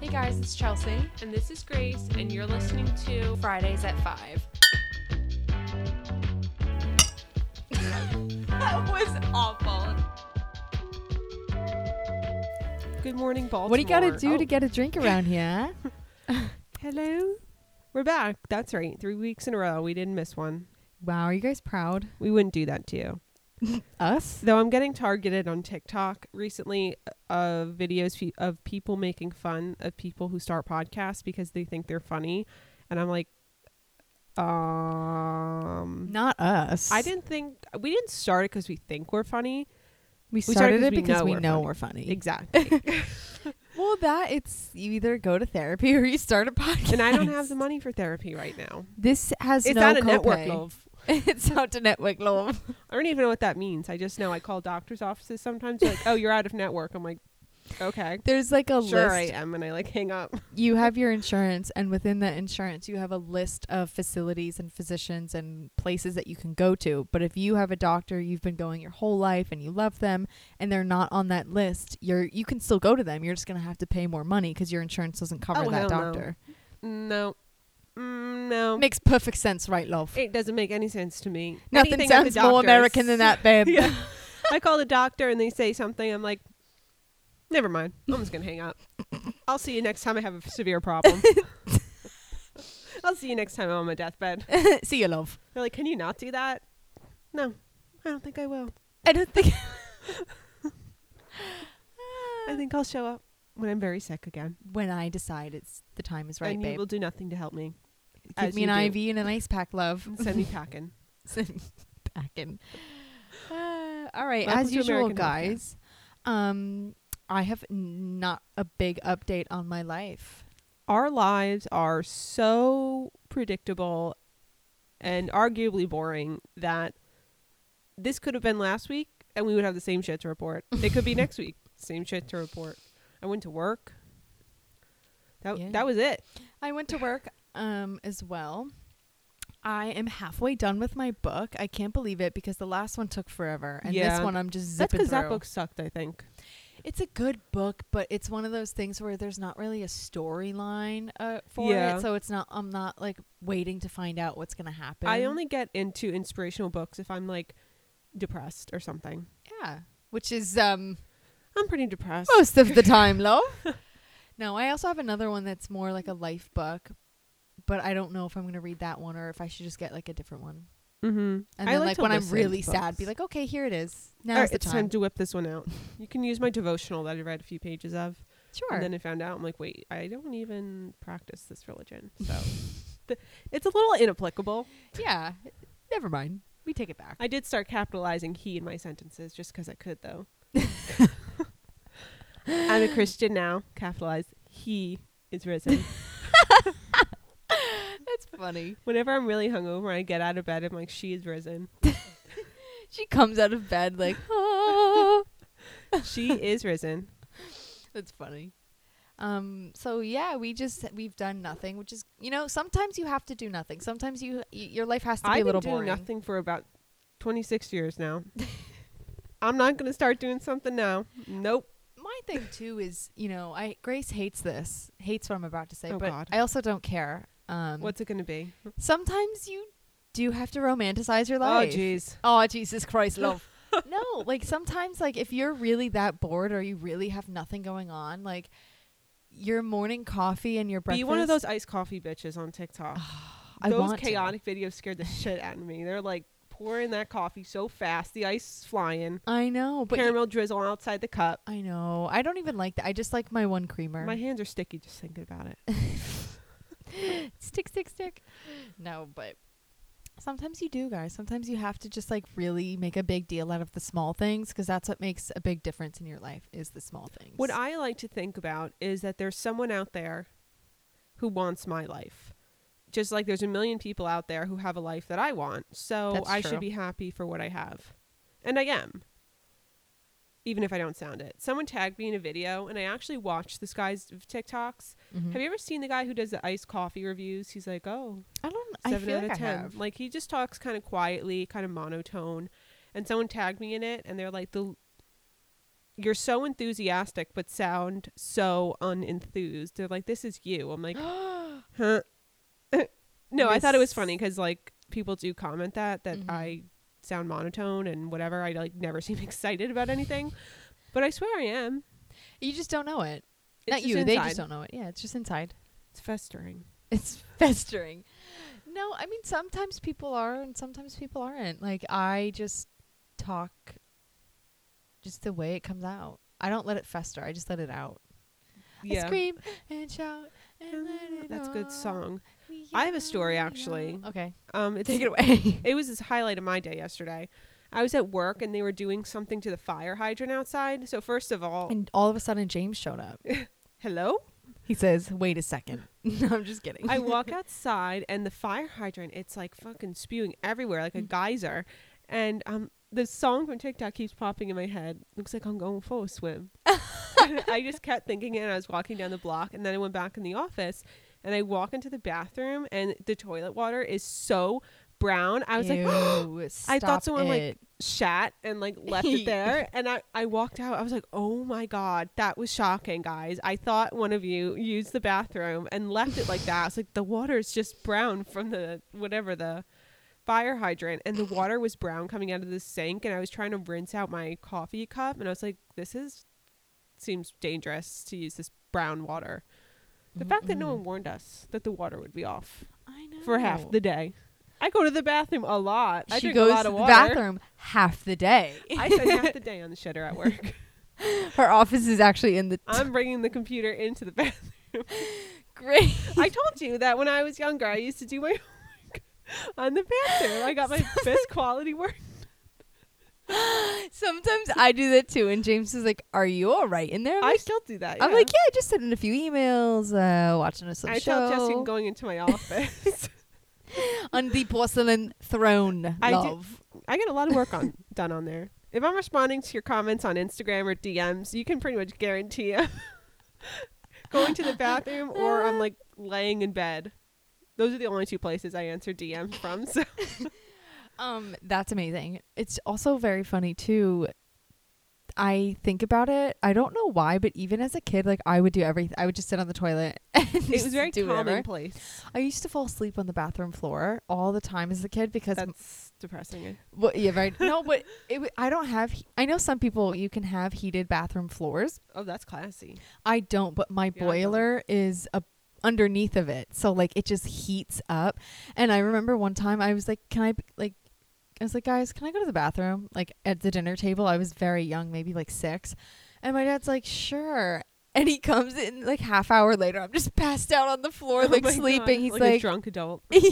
Hey guys, it's Chelsea. And this is Grace, and you're listening to. Fridays at 5. That was awful. Good morning, Baltimore. What do you got to do Oh, to get a drink around here? huh? Hello. We're back. That's right. Three weeks in a row. We didn't miss one. wow, are you guys proud? We wouldn't do that to you. Us? Though I'm getting targeted on TikTok recently uh, of videos fe- of people making fun of people who start podcasts because they think they're funny. And I'm like, um. Not us. I didn't think we didn't start it because we think we're funny. We started started, it because we know funny. we're funny. Exactly. well, that it's you either go to therapy or you start a podcast. and I don't have the money for therapy right now. This has It's no out of network copay. love. it's out to network love. I don't even know what that means. I just know I call doctors' offices sometimes. They're like, oh, you're out of network. I'm like, okay, There's like a sure I list. am, and I like hang up. You have your insurance, and within that insurance, you have a list of facilities and physicians and places that you can go to. But if you have a doctor you've been going your whole life and you love them, and they're not on that list, you're you can still go to them. You're just gonna have to pay more money because your insurance doesn't cover Oh, that hell no. doctor. No, mm, no, Makes perfect sense, right, love? it doesn't make any sense to me. Nothing Anything at the sounds more doctors. American than that, babe. yeah. I call the doctor and they say something. I'm like, never mind. I'm just gonna hang up. I'll see you next time I have a severe problem. I'll see you next time I'm on my deathbed. See you, love. They're like, can you not do that? No, I don't think I will. I don't think. I think I'll show up when I'm very sick again. when I decide it's the time is right, and you babe. will do nothing to help me. Give as me you an do. IV and an ice pack, love. Send me packing. back in. Uh, all right, Welcome as to usual, American healthcare. guys. Um, I have n- not a big update on my life. Our lives are so predictable and arguably boring that this could have been last week and we would have the same shit to report. It could be next week, same shit to report. I went to work. That, Yeah. that was it. I went to work um as well. I am halfway done with my book. I can't believe it because the last one took forever, and Yeah. this one I'm just That's zipping because through. that book sucked, I think. It's a good book, but it's one of those things where there's not really a storyline uh, for Yeah. it, so it's not. I'm not like waiting to find out what's gonna happen. I only get into inspirational books if I'm like depressed or something. yeah, which is um I'm pretty depressed. most of the time, love. no, I also have another one that's more like a life book, but I don't know if I'm going to read that one or if I should just get like a different one. Mm-hmm. And I then, like like, to when I'm listen really to sad, be books. like, okay, here it is. All Now right, is the it's time. time. to whip this one out. You can use my devotional that I read a few pages of, sure. and then I found out I'm like, wait, I don't even practice this religion, so the, it's a little inapplicable. yeah. Never mind. We take it back. I did start capitalizing "he" in my sentences just because I could, though. I'm a Christian now. Capitalize "he" is risen. That's funny. Whenever I'm really hungover, I get out of bed. I'm like, "she is risen. She comes out of bed like, oh. She is risen." That's funny. Um, so yeah, we just we've done nothing, which is you know sometimes you have to do nothing. Sometimes you y- your life has to be I've a little been doing boring. nothing for about 26 years now. I'm not going to start doing something now. Nope. my thing too is you know I Grace hates this hates what I'm about to say, Oh, but God. I also don't care. Um, What's it going to be? sometimes you do have to romanticize your life. Oh, jeez. Oh, Jesus Christ, love. no, like sometimes like if you're really that bored or you really have nothing going on, like your morning coffee and your breakfast. Ah, Be one of those iced coffee bitches on TikTok. I those want to. chaotic videos scared the shit out of me. They're like pouring that coffee so fast, the ice flying, I know, but you- caramel drizzle outside the cup. I know. I don't even like that. I just like my one creamer. My hands are sticky just thinking about it. stick, stick, stick. No, but sometimes you do, guys. Sometimes you have to just like really make a big deal out of the small things because that's what makes a big difference in your life is the small things. What I like to think about is that there's someone out there who wants my life. Just like there's a million people out there who have a life that I want. So That's I true. should be happy for what I have. And I am. Even if I don't sound it. Someone tagged me in a video and I actually watched this guy's TikToks. Mhm. Have you ever seen the guy who does the iced coffee reviews? He's like, oh, I don't. I seven feel out like of ten. I have. Like he just talks kind of quietly, kind of monotone. And someone tagged me in it, and they're like the you're so enthusiastic but sound so unenthused. They're like, this is you. I'm like, huh? no, I thought it was funny because like people do comment that that Mhm. I sound monotone and whatever. I like never seem excited about anything, but I swear I am. you just don't know it. It's Not you. Inside. They just don't know it. Yeah, it's just inside. It's festering. It's festering. No, I mean sometimes people are and sometimes people aren't. Like I just talk just the way it comes out. I don't let it fester. I just let it out. I scream and shout and let it Mm, That's a all. good song. We I have a story, are- actually. Okay. Um, it's Take it away. It was this highlight of my day yesterday. I was at work and they were doing something to the fire hydrant outside. So first of all, and all of a sudden James showed up. hello. He says, "Wait a second. No, I'm just kidding. I walk outside and the fire hydrant, it's like fucking spewing everywhere like a Mm. geyser. And um the song from TikTok keeps popping in my head. Looks like I'm going for a swim. And I just kept thinking it and I was walking down the block and then I went back in the office and I walk into the bathroom and the toilet water is so brown. I was like Ew, I stop thought someone, like, it. shat and like left it there and I, I walked out i was like oh my god that was shocking guys i thought one of you used the bathroom and left it like that i was like the water is just brown from the whatever the fire hydrant and the water was brown coming out of the sink and i was trying to rinse out my coffee cup and i was like this is seems dangerous to use this brown water the fact that no one warned us that the water would be off I know. for half the day i go to the bathroom a lot i she drink goes a lot of to the water bathroom half the day. I spend half the day on the shitter at work. Her office is actually in the I'm bringing the computer into the bathroom. great. I told you that when I was younger, I used to do my homework on the bathroom. I got my best quality work. Sometimes I do that too, and James is like, "Are you all right in there?" I'm I like, still do that. I'm like, "Yeah, I just sent in a few emails, uh, watching a some I show tell Jesse I'm going into my office. on the porcelain throne, I do- love." I get a lot of work on done on there. If I'm responding to your comments on Instagram or DMs, you can pretty much guarantee i going to the bathroom or I'm like laying in bed. Those are the only two places I answer DMs from. So Um, that's amazing. It's also very funny too. I think about it. I don't know why, but even as a kid, like I would do everything. I would just sit on the toilet. And it was very do whatever. commonplace. I used to fall asleep on the bathroom floor all the time as a kid because That's depressing. Well, yeah, right. No, but it, w- I don't have. he- I know some people you can have heated bathroom floors. Oh, that's classy. I don't, but my don't. boiler is a underneath of it, so like it just heats up. And I remember one time I was like, "Can I b- like?" I was like, "Guys, can I go to the bathroom?" Like at the dinner table, I was very young, maybe like six, and my dad's like, "Sure." And he comes in like half hour later. I'm just passed out on the floor, Oh like my sleeping. God, He's like, a drunk adult. and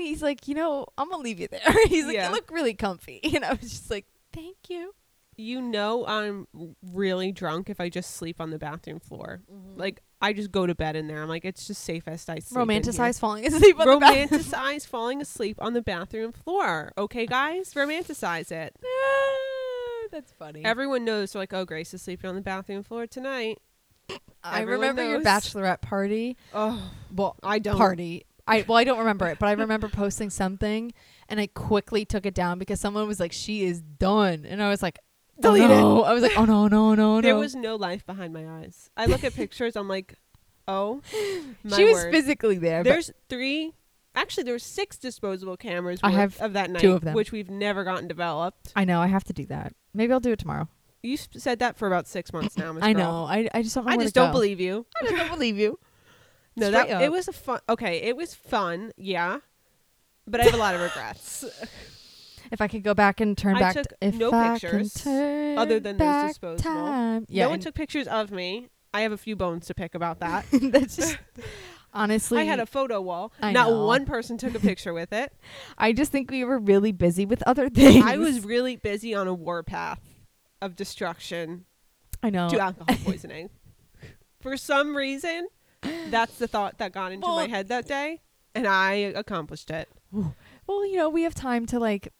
he's like, you know, I'm gonna leave you there. He's like, Yeah. you look really comfy, and I was just like, thank you. You know, I'm really drunk if I just sleep on the bathroom floor. Like, I just go to bed in there. I'm like, it's just safest I sleep. in here. Romanticize falling asleep on the bathroom. Romanticize falling asleep on the bathroom floor. Okay, guys, romanticize it. Ah, That's funny. Everyone knows, they're like, oh, Grace is sleeping on the bathroom floor tonight. I everyone remember your knows. bachelorette party. Oh, Well, I don't. party. I well, I don't remember it, but I remember posting something, and I quickly took it down because someone was like, "She is done," and I was like, oh, Delete it. no. I was like, "Oh no, no, no, no." There was no life behind my eyes. I look at pictures. I'm like, oh, my she was word. physically there. Uh, but- There's three. Actually, there were six disposable cameras. I worth have of that night, two of them. which we've never gotten developed. I know I have to do that. Maybe I'll do it tomorrow. You s- said that for about six months now. Miss I Girl. know. I, I just don't. Know I where to just don't go. believe you. I just don't believe you. No, Straight that up. it was a fun. Okay, it was fun. Yeah, but I have a lot of regrets. If I could go back and turn I back, took t- if no I pictures can turn other than those back disposable. time. Yeah, no one and took pictures of me. I have a few bones to pick about that. that's just honestly. I had a photo wall. I Not know. one person took a picture with it. I just think we were really busy with other things. I was really busy on a war path of destruction I know. to alcohol poisoning. For some reason, that's the thought that got into my Well- head that day, and I accomplished it. well, you know, we have time to like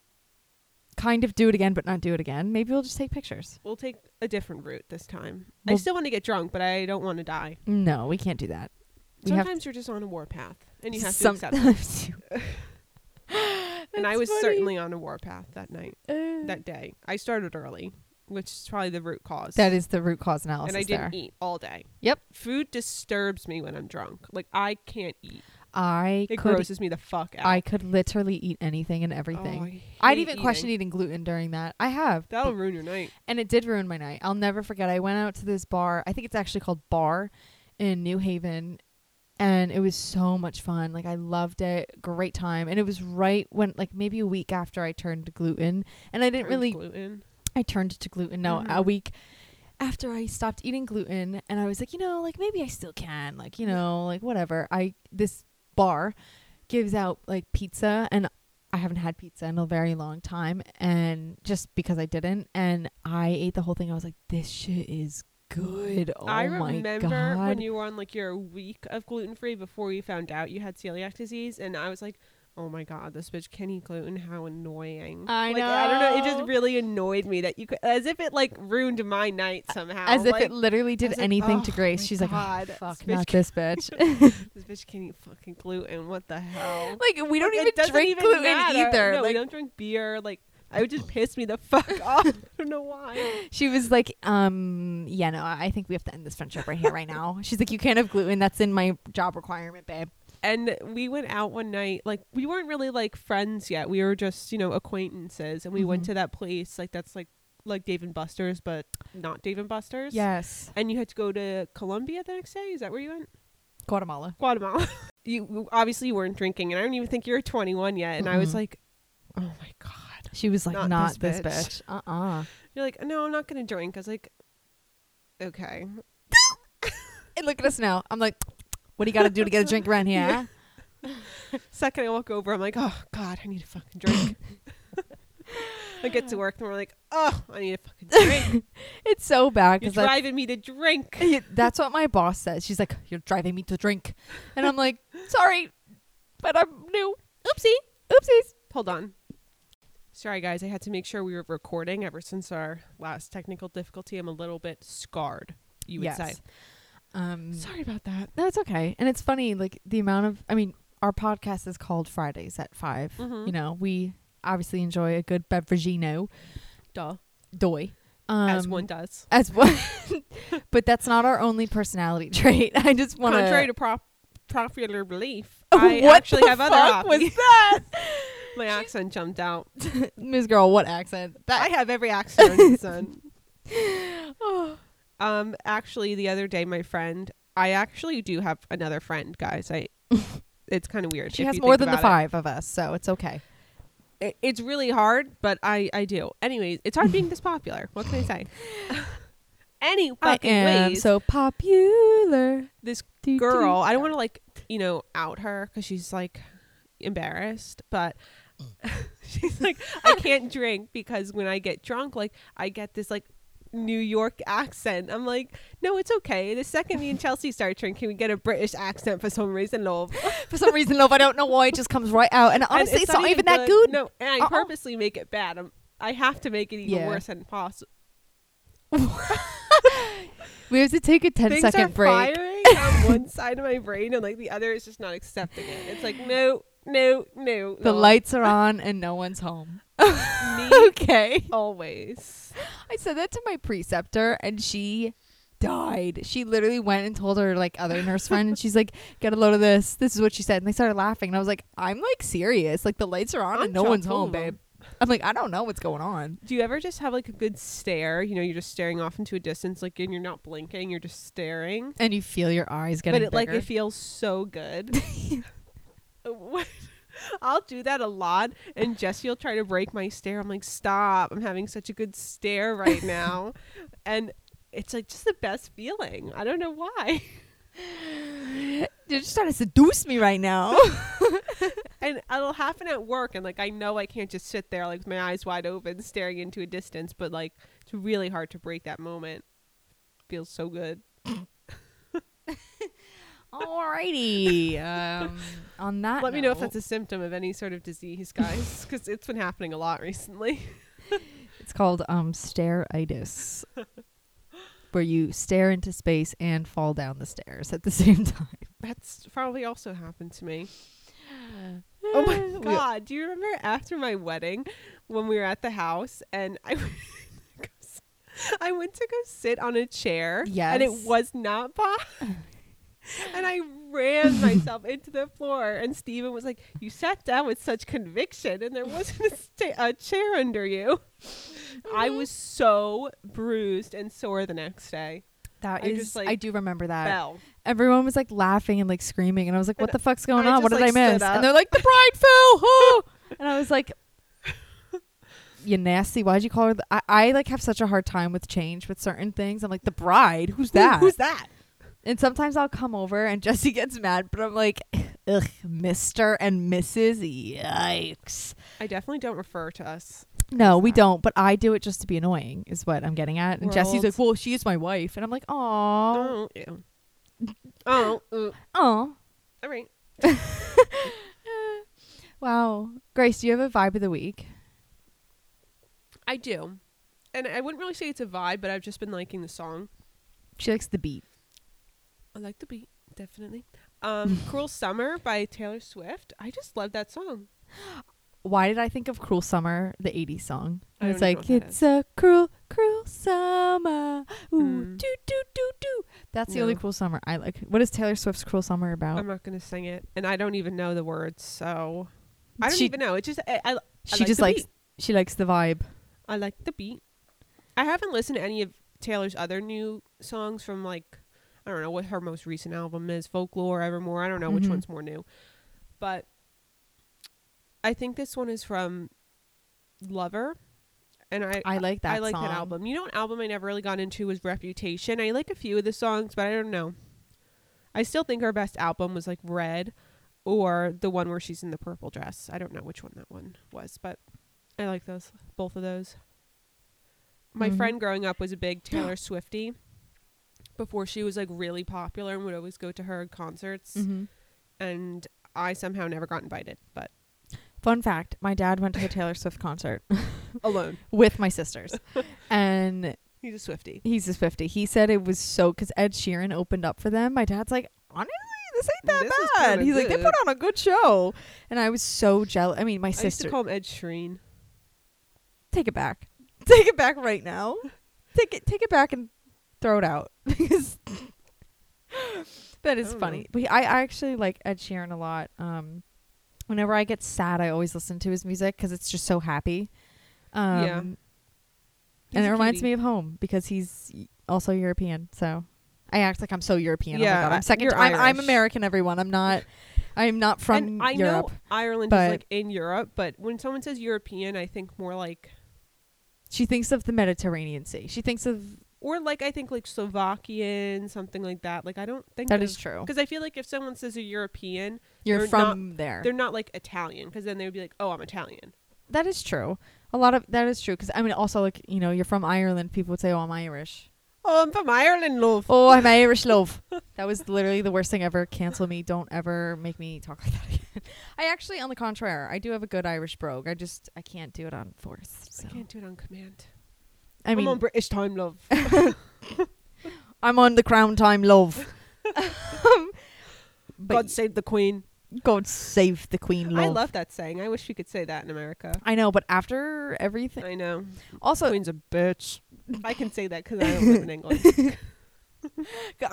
kind of do it again, but not do it again. Maybe we'll just take pictures. We'll take a different route this time. I Well- still want to get drunk, but I don't want to die. No, we can't do that. We have Sometimes you're just on a war path, and you have to accept it. sometimes. you- And I That's was funny. certainly on a war path that night, Uh, that day. I started early, which is probably the root cause. That is the root cause analysis and I there. didn't eat all day. Yep. Food disturbs me when I'm drunk. Like I can't eat. I It could grosses me the fuck out. I could literally eat anything and Oh, everything. I I'd hate even question eating. eating gluten during that. I have. That'll ruin your night. and it did ruin my night. I'll never forget. I went out to this bar. I think it's actually called Bar in New Haven, and it was so much fun. Like I loved it. Great time. And it was right when like maybe a week after I turned to gluten, and I didn't Turns really gluten. I turned to gluten. No, Mhm. a week after I stopped eating gluten, and I was like, you know, like maybe I still can, like you know, like whatever. I this bar gives out like pizza, and I haven't had pizza in a very long time, and just because I didn't, and I ate the whole thing. I was like, this shit is good. Oh I my remember god! when you were on like your week of gluten free before you found out you had celiac disease, and I was like, "Oh my god, this bitch can eat gluten. How annoying!" I like, I don't know. It know. just really annoyed me that you could, as if it like ruined my night somehow. as if like, it literally did was like, anything oh to Grace. my She's like, God, oh, fuck, this bitch not can- this bitch. this bitch can eat fucking gluten. What the hell? like, we don't Like, it even doesn't drink gluten matter. either. No, like, we don't drink beer. Like, I would just piss me the fuck off. I don't know why. She was like, um, yeah, no, I I think we have to end this friendship right here, right now. She's like, you can't have gluten. That's in my job requirement, babe. And we went out one night. Like, we weren't really like friends yet. We were just, you know, acquaintances. And we went Mhm. to that place. Like, that's like like Dave and Buster's, but not Dave and Buster's. Yes. And you had to go to Colombia the next day. Is that where you went? Guatemala. Guatemala. you obviously you weren't drinking, and I don't even think you were 21 yet. And I Mm-mm. was like, oh my god. She was like, not, Not this, bitch. this Uh-uh. You're like, no, I'm not gonna drink. I was like, okay. And look at us now. I'm like, what do you got to do to get a drink around here? huh? Second, I walk over. I'm like, oh god, I need a fucking drink. I get to work, and we're like, oh, I need a fucking drink. It's so bad. You're because that's, driving me to drink. Yeah, that's what my boss says. She's like, you're driving me to drink. And I'm like, sorry, but I'm new. Oopsie. Oopsies. Hold on. Sorry, guys. I had to make sure we were recording. Ever since our last technical difficulty, I'm a little bit scarred. You would say. Um, Sorry about that. No, it's okay. And it's funny, like the amount of I mean, our podcast is called Fridays at 5 Mhm. You know, we obviously enjoy a good beverageino. Duh. Doy. Um, As one does. As one But that's not our only personality trait. I just want Contrary to prop- popular belief, What I actually the have other fuck was hobbies. that? My accent jumped out. Ms. Girl, what accent? I That have every accent under the sun. Um, actually, the other day, my friend, I actually do have another friend, guys. I, it's kind of weird. she if has you more think than the about five of us, so it's okay. it. I- It's really hard, but I, I do. Anyways, it's hard being this popular. What can I say? Any I fucking am ways, um, so popular. this Doo, doo, girl, I don't sorry. want to like, you know, out her because she's like embarrassed, but she's like, I can't drink because when I get drunk, like, I get this like New York accent. I'm like, no, it's okay. The second me and Chelsea start drinking, we get a British accent for some reason, love. For some reason, love, I don't know why, it just comes right out. And And honestly, it's, not, even that good. No, and I Uh-uh. purposely make it bad. I'm, I have to make it even Yeah. worse than possible. We have to take a 10 Things second are break. firing on one side of my brain, and like the other is just not accepting it. It's like no, no, no. The no. lights are on and no one's home. Me okay. always. I said that to my preceptor and she died. She literally went and told her like other nurse friend and she's like, "Get a load of this. This is what she said." And they started laughing and I was like, "I'm like serious. Like the lights are on I'm and no one's home, chock-full of babe." I'm like, "I don't know what's going on." Do you ever just have like a good stare? You know, you're just staring off into a distance, like, and you're not blinking. You're just staring, And you feel your eyes but getting it like bigger. it feels so good. What- I'll do that a lot, and Jesse will try to break my stare. I'm like, stop! I'm having such a good stare right now, and it's like just the best feeling. I don't know why. You're just trying to seduce me right now. and it'll happen at work and like i know i can't just sit there like with my eyes wide open staring into a distance but like it's really hard to break that moment feels so good Alrighty. Um, on that let me know if note- that's a symptom of any sort of disease guys because it's been happening a lot recently It's called um stareitis, where you stare into space and fall down the stairs at the same time. that's probably also happened to me oh my god do you remember after my wedding when we were at the house and i I went to go sit on a chair. And Yes. it was not Bob. and I ran myself into the floor. And Steven was like, You sat down with such conviction, and there wasn't a, sta- a chair under you. I was so bruised and sore the next day. That I is, I, just, like, do remember that. Fell. Everyone was like laughing and like screaming, and I was like, "What the fuck's going I on? What just, did I like, stood miss?" up. And they're like, "The bride fell." Oh! and I was like, "You nasty! Why'd you call her?" th- I, I like have such a hard time with change with certain things. I'm like, "The bride? Who's Who- that?" who's that? And sometimes I'll come over and Jesse gets mad, but I'm like, "Ugh, Mister and Mrs. Yikes!" I definitely don't refer to us. No, we not. don't. But I do it just to be annoying, is what I'm getting at. And We're Jesse's old. like, "Well, she is my wife," and I'm like, "Aw, Oh, ew. oh, ooh. aw." all right. Wow. Grace, do you have a vibe of the week? I do. And I wouldn't really say it's a vibe, but I've just been liking the song. She likes the beat. I like the beat, definitely. Um, Cruel Summer by Taylor Swift. I just love that song. Why did I think of Cruel Summer, the 80s song? I And it's don't even like, know what that it's a cruel, cruel summer. Ooh, Mm. do, do, do, do. That's the only No. cruel summer I like. What is Taylor Swift's Cruel Summer about? I'm not going to sing it. And I don't even know the words, so I don't She- even know. It just, I, I, she like just the likes, beat. she likes the vibe. I like the beat. I haven't listened to any of Taylor's other new songs from like, I don't know what her most recent album is Folklore, Evermore. I don't know which Mhm. one's more new. But I think this one is from Lover. And I, I like that I like song. that album. You know, an album I never really got into was Reputation. I like a few of the songs, but I don't know. I still think her best album was like Red or the one where she's in the purple dress. I don't know which one that one was, but I like those, both of those. My Mhm. friend growing up was a big Taylor Swiftie before she was like really popular and would always go to her concerts. Mhm. And I somehow never got invited, but Fun fact my dad went to a Taylor Swift concert alone. with my sisters. and He's a Swiftie. He's just 50. He said it was so because Ed Sheeran opened up for them. My dad's like, honestly, this ain't that This is bad. kinda He's like, they good." put on a good show. And I was so jealous. I mean, my I used to sister. call him Ed Sheeran. take it back. Take it back right now. take it Take it back and throw it out. Because that I is don't know. funny. But he- I, I actually like Ed Sheeran a lot. Um, Whenever I get sad, I always listen to his music because it's just so happy. Um, Yeah. and it reminds me of home because he's y- also European. So I act like I'm so European. oh Yeah, my God. I'm 2nd you're I'm, I'm Irish. American. Everyone, I'm not. I'm not from and I Europe. know Ireland but- is like in Europe, but when someone says European, I think more like She thinks of the Mediterranean Sea. She thinks of or like I think like Slovakian, something like that. Like I don't think that is true. because I feel like if someone says a European, You're they're from there. they're not like Italian because then they would be like, oh, I'm Italian. That is true. A lot of that is true because I mean, also like you know, you're from Ireland. People would say, "Oh, I'm Irish." Oh, I'm from Ireland, love. Oh, I'm Irish, love. that was literally the worst thing ever. Cancel me. Don't ever make me talk like that again. I actually, on the contrary, I do have a good Irish brogue. I just I can't do it on force. So. I can't do it on command. I mean, I'm on British time, love. I'm on the crown time, love. um, but God save the Queen. God save the queen, love. I love that saying. I wish we could say that in America. I know, but after everything, I know. also Queen's a bitch. I can say that because I don't live in England.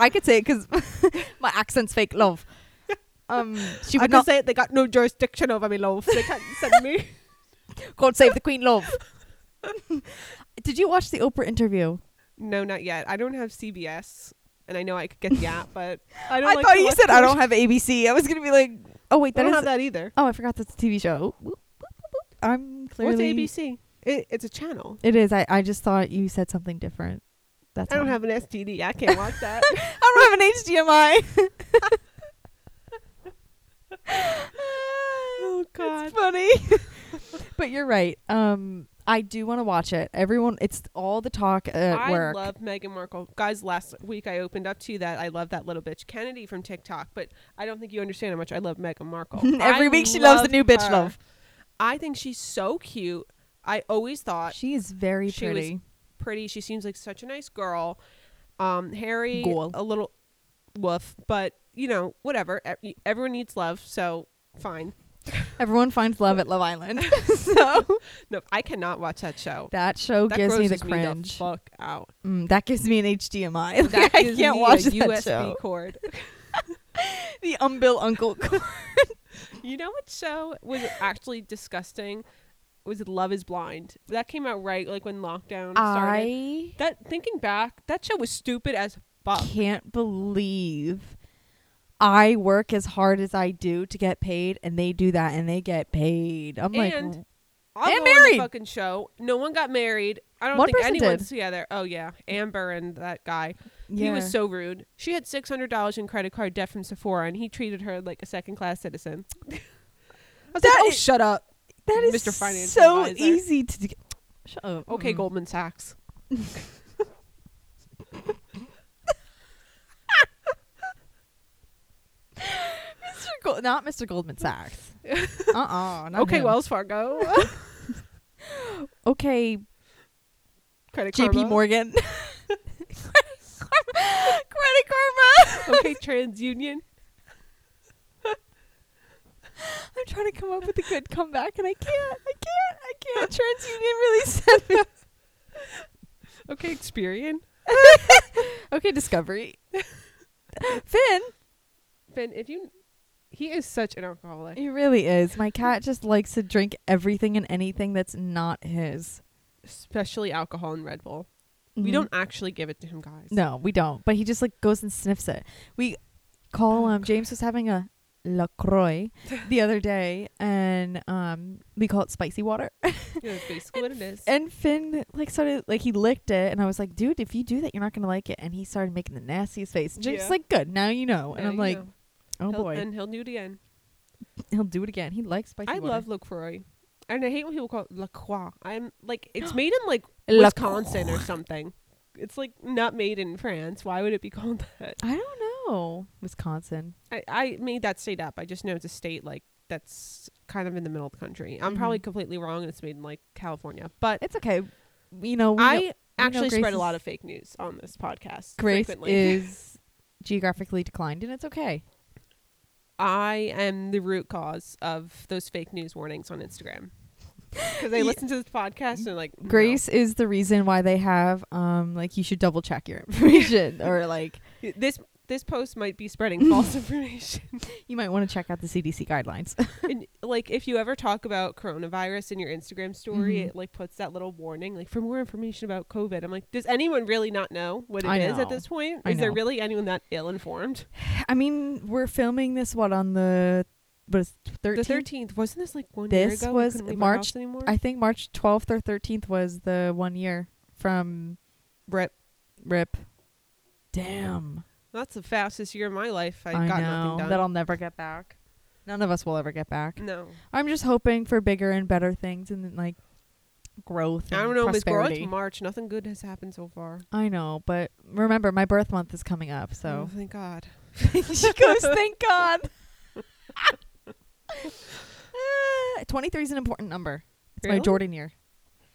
I could say it because my accent's fake, love. Um, she I would not. can say it. They got no jurisdiction over me, love. They can't send me. God save the queen, love. Did you watch the Oprah interview? No, not yet. I don't have CBS, and I know I could get the app, but I don't. I like thought to you watch said I don't television. have ABC. I was gonna be like, oh wait, that I don't is. have that either. Oh, I forgot that's a TV show. Whoop, whoop, whoop, whoop. I'm clearly What's ABC? It, it's a channel. It is. I, I just thought you said something different. That's I don't all. have an STD. I can't watch that. I don't have an HDMI. oh That's funny. but you're right. Um, I do want to watch it. Everyone, it's all the talk at I work. love Meghan Markle. Guys, last week I opened up to you that I love that little bitch Kennedy from TikTok, but I don't think you understand how much I love Meghan Markle. Every I week she loves the love new bitch her. love. I think she's so cute. I always thought She is very She was pretty. pretty. She seems like such a nice girl. Um, Harry, Ghoul. a little woof, but you know, whatever. E- Everyone needs love, so fine. Everyone finds love at Love Island. so No, I cannot watch that show. that show that gives me the grosses me cringe. fuck out. Mm, that gives me an HDMI. Like, That I gives can't me watch a that USB show. cord. The Umbil Uncle. cord. You know what show was actually disgusting? Was Love Is Blind? That came out right like when lockdown started. I That thinking back, that show was stupid as fuck. can't believe I work as hard as I do to get paid, and they do that, and they get paid. I'm And- like, I'll And go on the married. fucking show. No one got married. I don't One think person anyone's did. together. Oh yeah, Amber and that guy. yeah. He was so rude. She had six hundred dollars in credit card debt from Sephora, and he treated her like a second class citizen. I was That like, oh is- shut up. that is Mr. Financial so Advisor. easy to. d- Shut up. Okay, Mm. Goldman Sachs. Mr. Gold, not Mr. Goldman Sachs. uh uh okay, Wells Fargo. Okay, credit JP Karma. Morgan. Credit Karma. Okay, TransUnion. I'm trying to come up with a good comeback and I can't. I can't. I can't. TransUnion really sent me. Okay, Experian. Okay, Discovery. Finn, Ben, if you, he is such an alcoholic. he really is. My cat just likes to drink everything and anything that's not his. especially alcohol and Red Bull. We don't actually give it to him, guys. Mm-hmm. No, we don't. But he just like goes and sniffs it. We Oh, call um James was having a LaCroix the other day and um we call it spicy water. Yeah, that's basically what it is. And Finn like started like he licked it and I was like, dude, if you do that you're not gonna like it and he started making the nastiest face. And James Yeah. is like, good, now you know. And Now I'm you like, know. Oh He'll- boy. and he'll do it again. He'll do it again. He likes spicy I water. love LaCroix. And I hate when people call it La Croix. I'm like, it's made in like Wisconsin or something. It's like not made in France. Why would it be called that? I don't know. Wisconsin. I, I made that state up. I just know it's a state like that's kind of in the middle of the country. I'm probably Mhm. completely wrong and it's made in like California. But It's okay. You know, we know- I actually Grace spread a is- lot of fake news on this podcast. Grace frequently. is geographically declined and it's okay. I am the root cause of those fake news warnings on Instagram. Because they Ye- listen to this podcast and they're like, no. Grace is the reason why they have um like you should double check your information or like this this post might be spreading false information. you might want to check out the CDC guidelines. and, like if you ever talk about coronavirus in your Instagram story, Mhm. it like puts that little warning like for more information about COVID. I'm like, does anyone really not know what it is I at know. this point? I is there know. really anyone that ill informed? I mean, we're filming this what on the what is The 13th? 13th wasn't this like one year This ago? We was couldn't leave our March- house anymore. I think March 12th or 13th was the one year from Rip. RIP. Damn. That's the fastest year of my life. I, I got know nothing done. that I'll never get back. None of us will ever get back. no. I'm just hoping for bigger and better things and like growth. And I don't know, Miss Girl. prosperity. It's March. Nothing good has happened so far. I know, but remember, my birth month is coming up, so Oh, thank God. she goes, "Thank God." Ah, Twenty-three is an important number. It's my Really? Jordan year.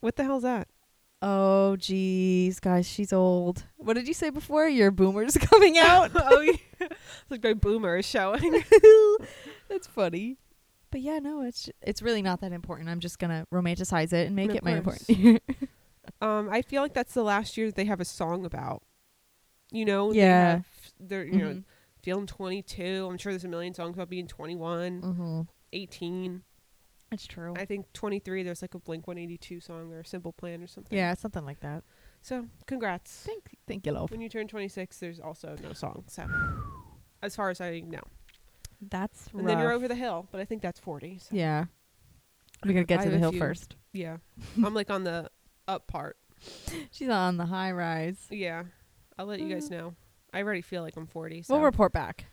What the hell's that? Oh, geez, guys, she's old. What did you say before? Your boomer's coming out. oh, yeah. It's like my boomer is showing. That's funny. But yeah, no, it's it's really not that important. I'm just gonna romanticize it and make Of it my course. important year. Um, I feel like that's the last year that they have a song about. You know? Yeah. Mm-hmm. They have, they're, you know, feeling 22. I'm sure there's a million songs about being 21, mm-hmm. 18. It's true. I think 23, there's like a Blink 182 song or a Simple Plan or something. yeah, something like that. So, congrats. Thank, thank you, love. When you turn 26, there's also no song. So, as far as I know. That's And then you're over the hill, but I think that's 40. So. Yeah. We gotta I get to have the a hill few. first. Yeah. I'm like on the up part. She's on the high rise. Yeah. I'll let you guys know. I already feel like I'm 40. So Uh. We'll report back.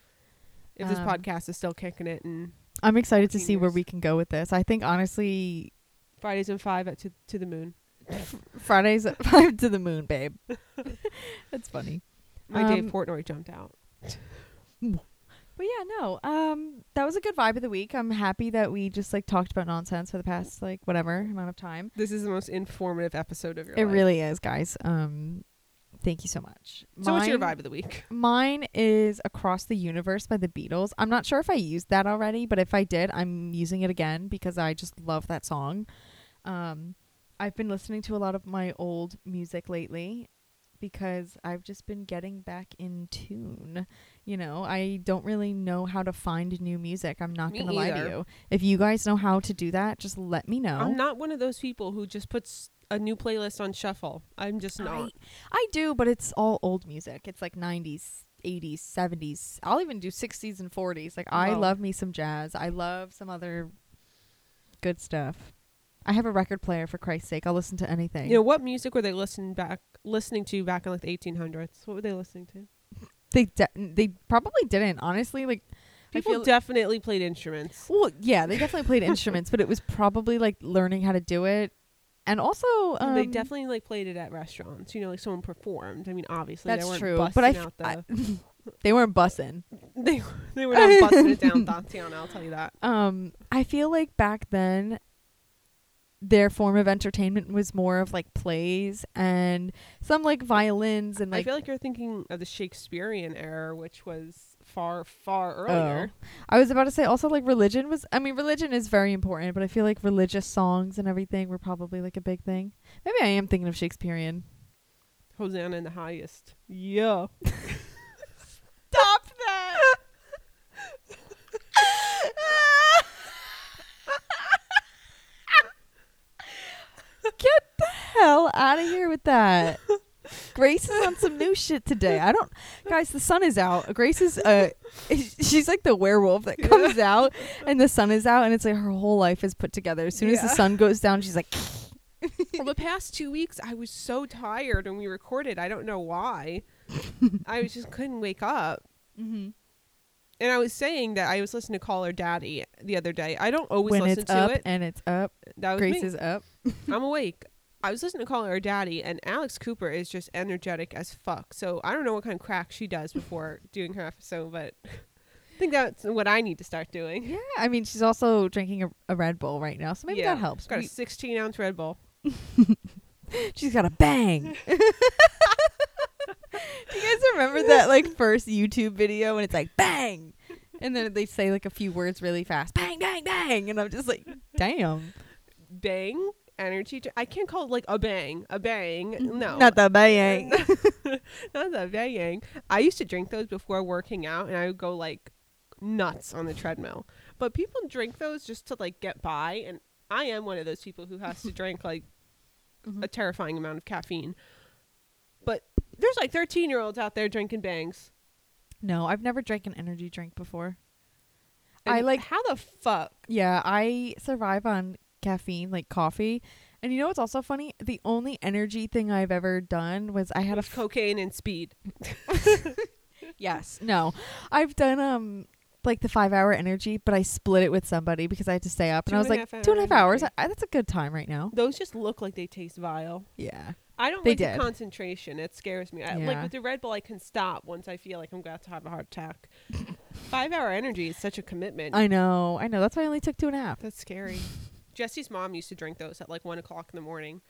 if this um, podcast is still kicking it and I'm excited to 14 see where years. we can go with this. I think honestly, Fridays and five at to, to the moon. Fridays at five to the moon, babe. That's funny. My Dave Um, Portnoy jumped out. But yeah, no. Um, that was a good vibe of the week. I'm happy that we just like talked about nonsense for the past like whatever amount of time. This is the most informative episode of your It life. really is, guys. Um, Thank you so much. So what's your Mine- vibe of the week? Mine is Across the Universe by the Beatles. I'm not sure if I used that already, but if I did, I'm using it again because I just love that song. Um, I've been listening to a lot of my old music lately because I've just been getting back in tune. You know, I don't really know how to find new music. I'm not Me going to lie to either. you. If you guys know how to do that, just let me know. I'm not one of those people who just puts a new playlist on shuffle. I'm just I, not. I do, but it's all old music. It's like 90s, 80s, 70s. I'll even do 60s and 40s. Like, I Wow. love me some jazz. I love some other good stuff. I have a record player, for Christ's sake. I'll listen to anything. You know what music were they listening back listening to back in like the 1800s? What were they listening to? they, de- they probably didn't, honestly. Like, People feel- definitely played instruments. well, yeah, they definitely played instruments, but it was probably like learning how to do it. And also, um, they definitely like played it at restaurants. You know, like someone performed. I mean, obviously that's they weren't true. busting But I, f- out the I- they weren't bussing. they they were not busting it down Tatiana. I'll tell you that. um i feel like back then their form of entertainment was more of like plays and some like violins and I like feel like you're thinking of the Shakespearean era, which was far far earlier. i was about to say also like religion was i mean religion is very important but i feel like religious songs and everything were probably like a big thing maybe i am thinking of shakespearean Hosanna in the highest. Yeah. stop that Get the hell out of here with that. Grace is on some new shit today. I don't, guys. The sun is out. Grace is uh, she's like the werewolf that comes out, and the sun is out, and it's like her whole life is put together. As soon as the Yeah. sun goes down, she's like, well, the past two weeks, I was so tired when we recorded. I don't know why. I was just couldn't wake up. Mm-hmm. And I was saying that I was listening to Call Her Daddy the other day. I don't always when listen it's to up it. and it's up. That was Grace me. is up. I'm awake. I was listening to Call Her Daddy, and Alex Cooper is just energetic as fuck. So I don't know what kind of crack she does before doing her episode, but I think that's what I need to start doing. Yeah, I mean, she's also drinking a, a Red Bull right now, so maybe Yeah. that helps. It's got a We- 16 ounce Red Bull. She's got a bang. Do you guys remember that like first YouTube video when it's like bang? And then they say like a few words really fast. Bang, bang, bang. And I'm just like, damn. Bang energy. dr- I can't call it like a bang, a bang. No, Not the bang. not the bang. I used to drink those before working out, and I would go like nuts on the treadmill. But people drink those just to like get by, and I am one of those people who has to drink like Mhm. a terrifying amount of caffeine. But there's like 13 year olds out there drinking bangs. no, I've never drank an energy drink before. And I, like- how the fuck. Yeah, I survive on caffeine, like coffee. And you know what's also funny? The only energy thing I've ever done was I had a It's cocaine and speed. Yes. No. I've done um like the five hour energy, but I split it with somebody because I had to stay up, and Two I was and a like half two and a hour half hours. I, energy. I- that's a good time right now. Those just look like they taste vile. Yeah. I don't They like the did. concentration. It scares me. I, like Yeah. with the Red Bull, I can stop once I feel like I'm going to have a heart attack. Five hour energy is such a commitment. I know. I know. That's why I only took two and a half. That's scary. Jesse's mom used to drink those at like one o'clock in the morning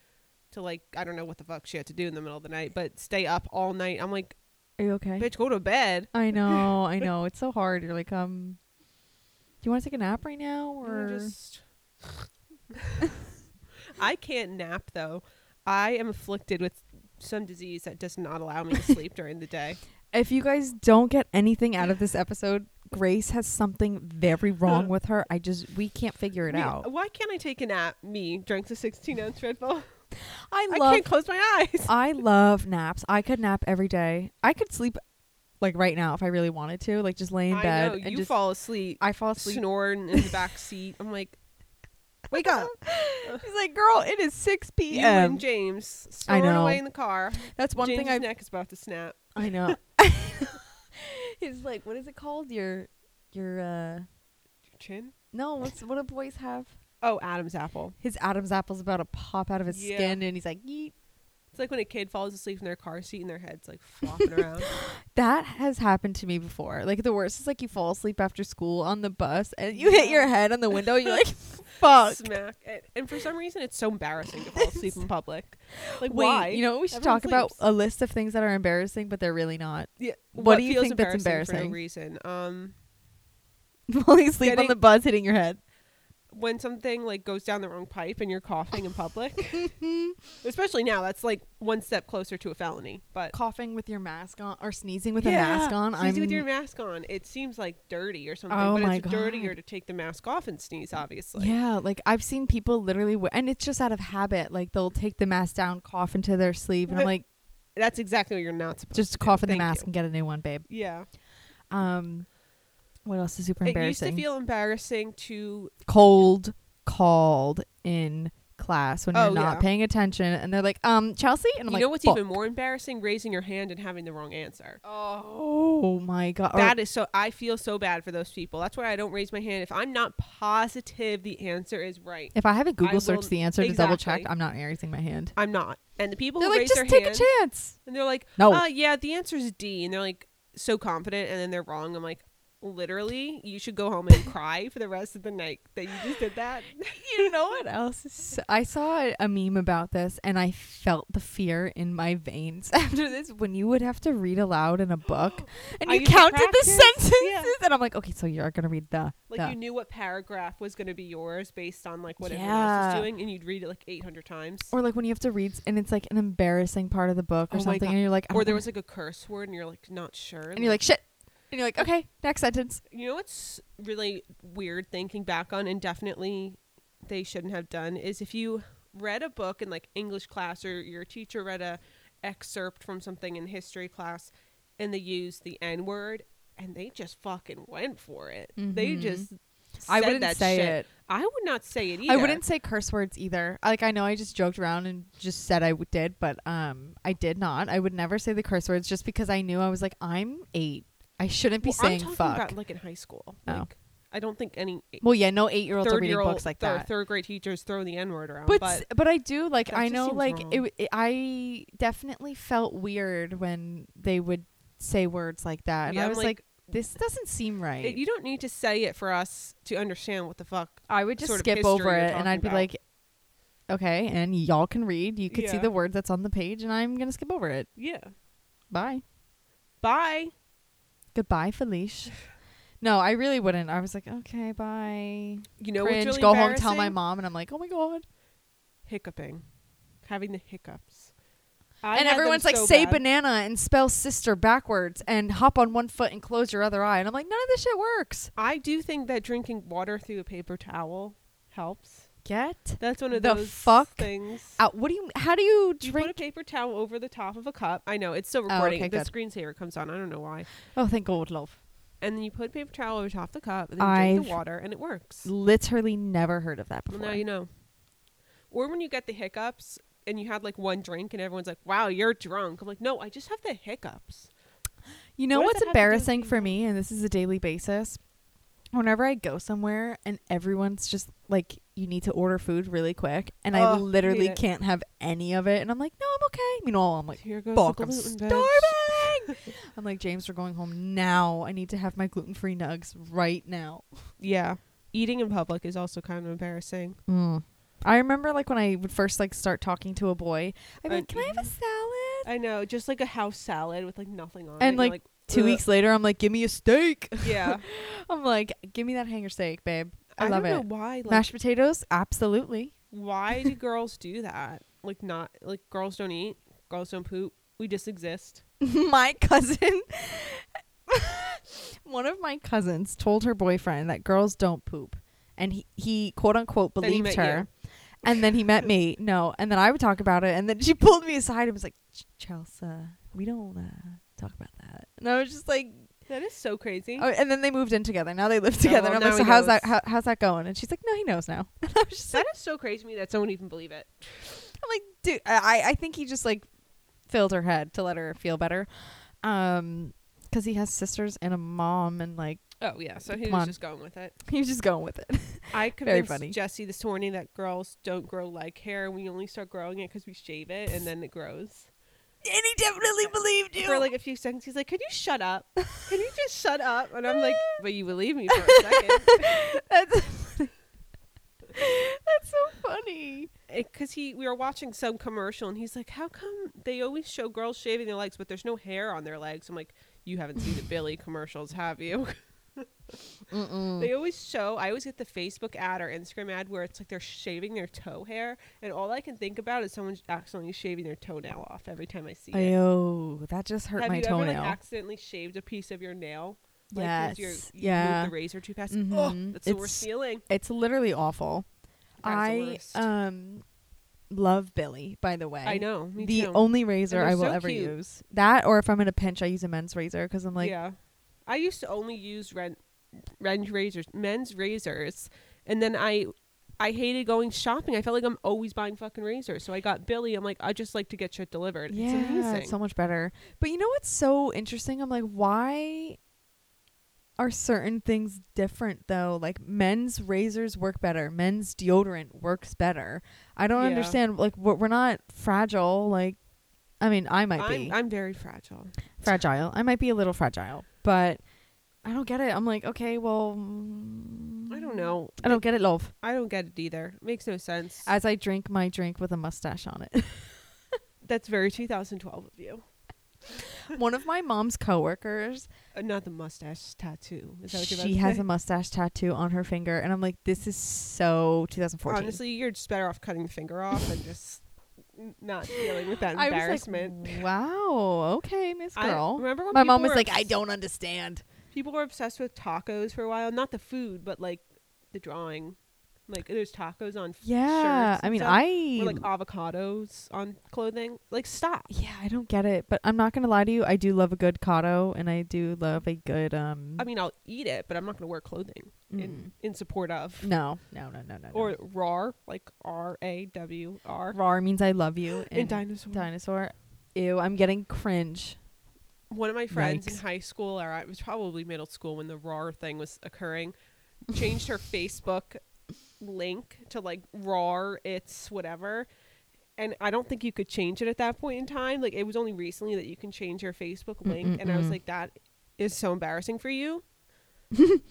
to like I don't know what the fuck she had to do in the middle of the night, but stay up all night. I'm like, Are you okay? bitch, go to bed. I know. I know. It's so hard. You're like um. Do you want to take a nap right now, You know, or just I can't nap though. I am afflicted with some disease that does not allow me to sleep during the day. if you guys don't get anything out of this episode, Grace has something very wrong with her. I just we can't figure it Me- out. Why can't I take a nap? Me drank the 16 ounce Red Bull. I I love can't close my eyes. I love naps. I could nap every day. I could sleep like right now if I really wanted to, like just lay in I bed know and you just fall asleep, I fall asleep. snoring in the back seat. I'm like, wake up. He's like, "Girl, it is 6 You p.m." and James I snoring know. away in the car. That's one James' thing I neck is about to snap. I know. It's like, "What is it called? Your your uh Your chin? no, what's what do boys have? Oh, Adam's apple. His Adam's apple's about to pop out of his Yeah. skin and he's like, "Yeet." It's like when a kid falls asleep in their car seat and their head's like flopping around. That has happened to me before. Like the worst is like you fall asleep after school on the bus and you hit your head on the window. You're like, fuck. Smack. And, and for some reason, it's so embarrassing to fall asleep in public. Like, Wait, why? you know what we should Everyone talk about? sleeps. A list of things that are embarrassing, but they're really not. Yeah, what do you feels think that's For embarrassing? no reason. Um, Falling asleep on Getting- the bus, hitting your head. when something like goes down the wrong pipe and you're coughing in public, especially now, that's like one step closer to a felony. But Coughing with your mask on or sneezing with a Yeah, mask on. sneeze I'm with your mask on. It seems like dirty or something, Oh but my it's dirtier God. to take the mask off and sneeze. Obviously, yeah, like I've seen people literally, wear, and it's just out of habit. Like they'll take the mask down, cough into their sleeve, and I'm But- like, that's exactly what you're not supposed. just cough in the thank mask you. and get a new one, babe. Yeah, Um, what else is super it used embarrassing? to feel embarrassing to cold called in class when Oh, you're not yeah. paying attention, and they're like, um, Chelsea, and I'm you like, know what's "Fuck." even more embarrassing? Raising your hand and having the wrong answer. Oh my god! Or- That is so. I feel so bad for those people. That's why I don't raise my hand if I'm not positive the answer is right. if I haven't Google will- searched the answer to double check, Exactly. I'm not raising my hand. I'm not. And the people They're who like, raise just their take hand a chance. and they're like, No. uh, yeah, the answer is D," and they're like so confident, and then they're wrong. I'm like, literally, you should go home and cry for the rest of the night that you just did that. you know what else? Is, I saw a- a meme about this, and I felt the fear in my veins after this. When you would have to read aloud in a book, and I you used to counted the practice, sentences, yeah. and I'm like, okay, so you're gonna read the Like the. you knew what paragraph was going to be yours based on like what everyone else Yeah. is doing, and you'd read it like 800 times. or like when you have to read, s- and it's like an embarrassing part of the book or Oh my something, God. and you're like, I or don't there know. was like a curse word, and you're like not sure, and you're like, shit, and you're like, okay, next sentence. You know what's really weird thinking back on, and definitely they shouldn't have done, is if you read a book in like English class or your teacher read a excerpt from something in history class and they used the N word and they just fucking went for it. They Mhm. just I said wouldn't that say shit. it. I would not say it either. I wouldn't say curse words either. Like I know I just joked around and just said I w- did, but um, I did not. I would never say the curse words just because I knew I was like I'm eight. I shouldn't be Well, I'm saying talking fuck. about like in high school. Oh. Like I don't think any well, yeah, no eight year olds are third reading year old books like or that. third grade teachers throw the N word around. but, but s- but I do like that I just know seems like wrong. it, w- it. I definitely felt weird when they would say words like that, and Yeah, I I'm was like, like, this doesn't seem right. It- you don't need to say it for us to understand what the fuck. I would just sort of skip history over you're it and talking I'd be about. like, okay, and y'all can read. You could see Yeah. the word that's on the page, and I'm going to skip over it. Yeah. Bye. Bye. Goodbye, Felice. No, I really wouldn't. I was like, okay, bye. You know Cringe, what's really go home, tell my embarrassing? mom, and I'm like, oh my god. Hiccuping, having the hiccups. and I had them everyone's like, so say bad. banana and spell sister backwards, and hop on one foot and close your other eye. And I'm like, none of this shit works. I do think that drinking water through a paper towel helps. Get That's one of The those fuck things. out. What do you? How do you You put a drink? Oh, paper towel over the top of a cup. I know it's still recording. okay, the good. screensaver comes on. I don't know why. Oh, thank God, love. And then you put a paper towel over top of the cup, and then you drink I've- the water, and it works. Literally never heard of that Well, before. now you know. Or when you get the hiccups and you had like one drink, and everyone's like, "Wow, you're drunk." I'm like, "No, I just have the hiccups." You know What what's does that have to do with embarrassing being for young? me, and this is a daily basis. Whenever I go somewhere and everyone's just like, you need to order food really quick, and I Ugh, hate literally it. can't have any of it, and I'm like, no, I'm okay. Meanwhile, I'm like, Here goes fuck, the I'm gluten, bitch. starving. I'm like, James, we're going home now. I need to have my gluten free nugs right now. Yeah. Eating in public is also kind of embarrassing. Mm. I remember like when I would first like start talking to a boy, I'd be I- like, can I have a salad? I know, just like a house salad with like nothing on And, it. like, Two ugh. weeks later, I'm like, give me a steak. Yeah. I'm like, give me that hanger steak, babe. I, love don't it. know why like Mashed potatoes, absolutely. why do girls do that? Like not like girls don't eat, girls don't poop. We just exist. my cousin, one of my cousins, told her boyfriend that girls don't poop, and he, he quote unquote Then he believed met her. And then he met me. No, and then I would talk about it, and then she pulled me aside and was like, "Ch- "Chelsea, we don't uh, talk about that." And I was just like, That is so crazy. "Oh." And then they moved in together. Now they live together. well, and I'm like, now "So he how's knows." that? How, how's that going?" And she's like, "No, he knows now." And I was just like, that is so crazy to me that someone even believe it. I'm like, dude, I, I think he just like filled her head to let her feel better. Um, cause he has sisters and a mom and like Oh yeah, so he Come was on. just going with it. He was just going with it. I convinced funny. Jesse this morning that girls don't grow leg hair, and we only start growing it because we shave it, and then it grows. And he definitely believed you. For like a few seconds, he's like, "Can you shut up? Can you just shut up?" And I'm like, "But you believe me for a second, That's, that's so funny. because he we were watching some commercial, and he's like, "How come they always show girls shaving their legs, but there's no hair on their legs?" I'm like, "You haven't seen the Billy commercials, have you?" Mm-mm. They always show. I always get the Facebook ad or Instagram ad where it's like they're shaving their toe hair, and all I can think about is someone accidentally shaving their toenail off every time I see it. Oh, that just hurt Have my you toenail. ever like accidentally shaved a piece of your nail? Like, yes. 'cause you're- you yeah. Moved the razor too fast. Oh, Mhm. that's the worst It's- feeling. It's literally awful. That's the I worst. um love Billy, by the way. I know. Me the too. only razor they're I will so ever cute. use. That or if I'm in a pinch I use a men's razor cuz I'm like yeah. I used to only use ren- men's razors, men's razors, and then I. I hated going shopping. I felt like I'm always buying fucking razors. So I got Billy. I'm like, I just like to get shit delivered. Yeah, it's amazing. so much better. But you know what's so interesting? I'm like, why are certain things different though? Like men's razors work better, men's deodorant works better. I don't Yeah. understand. Like, we're we're not fragile. Like, I mean, I might be I'm, I'm very fragile. fragile. I might be a little fragile, but I don't get it. I'm like, okay, well, mm, I don't know. I don't get it, love. I don't get it either. Makes no sense. As I drink my drink with a mustache on it. That's very 2012 of you. One of my mom's coworkers Uh, not the mustache tattoo. Is that what you're about she to has say? a mustache tattoo on her finger, and I'm like, this is so 2014. Honestly, you're just better off cutting the finger off and just n- not dealing with that I was like, embarrassment. wow, okay, Miss I Girl. remember when My mom people was were like, obs- I don't understand. People were obsessed with tacos for a while. Not the food, but like the drawing. Like there's tacos on. f- Yeah, shirts I and mean, stuff, I Or like avocados on clothing. Like stop. yeah, I don't get it, but I'm not gonna lie to you. I do love a good cotto, and I do love a good um. I mean, I'll eat it, but I'm not gonna wear clothing in in support of. mm. no, no, no, no, no. or rar like r a w r no. rar means I love you. in And dinosaur. dinosaur. Ew, I'm getting cringe. One of my friends in Yikes. high school, or it was probably middle school when the rar thing was occurring, changed her Facebook link to like rar it's whatever. And I don't think you could change it at that point in time. Like it was only recently that you can change your Facebook link, and I was Mm-mm-mm. like, that is so embarrassing for you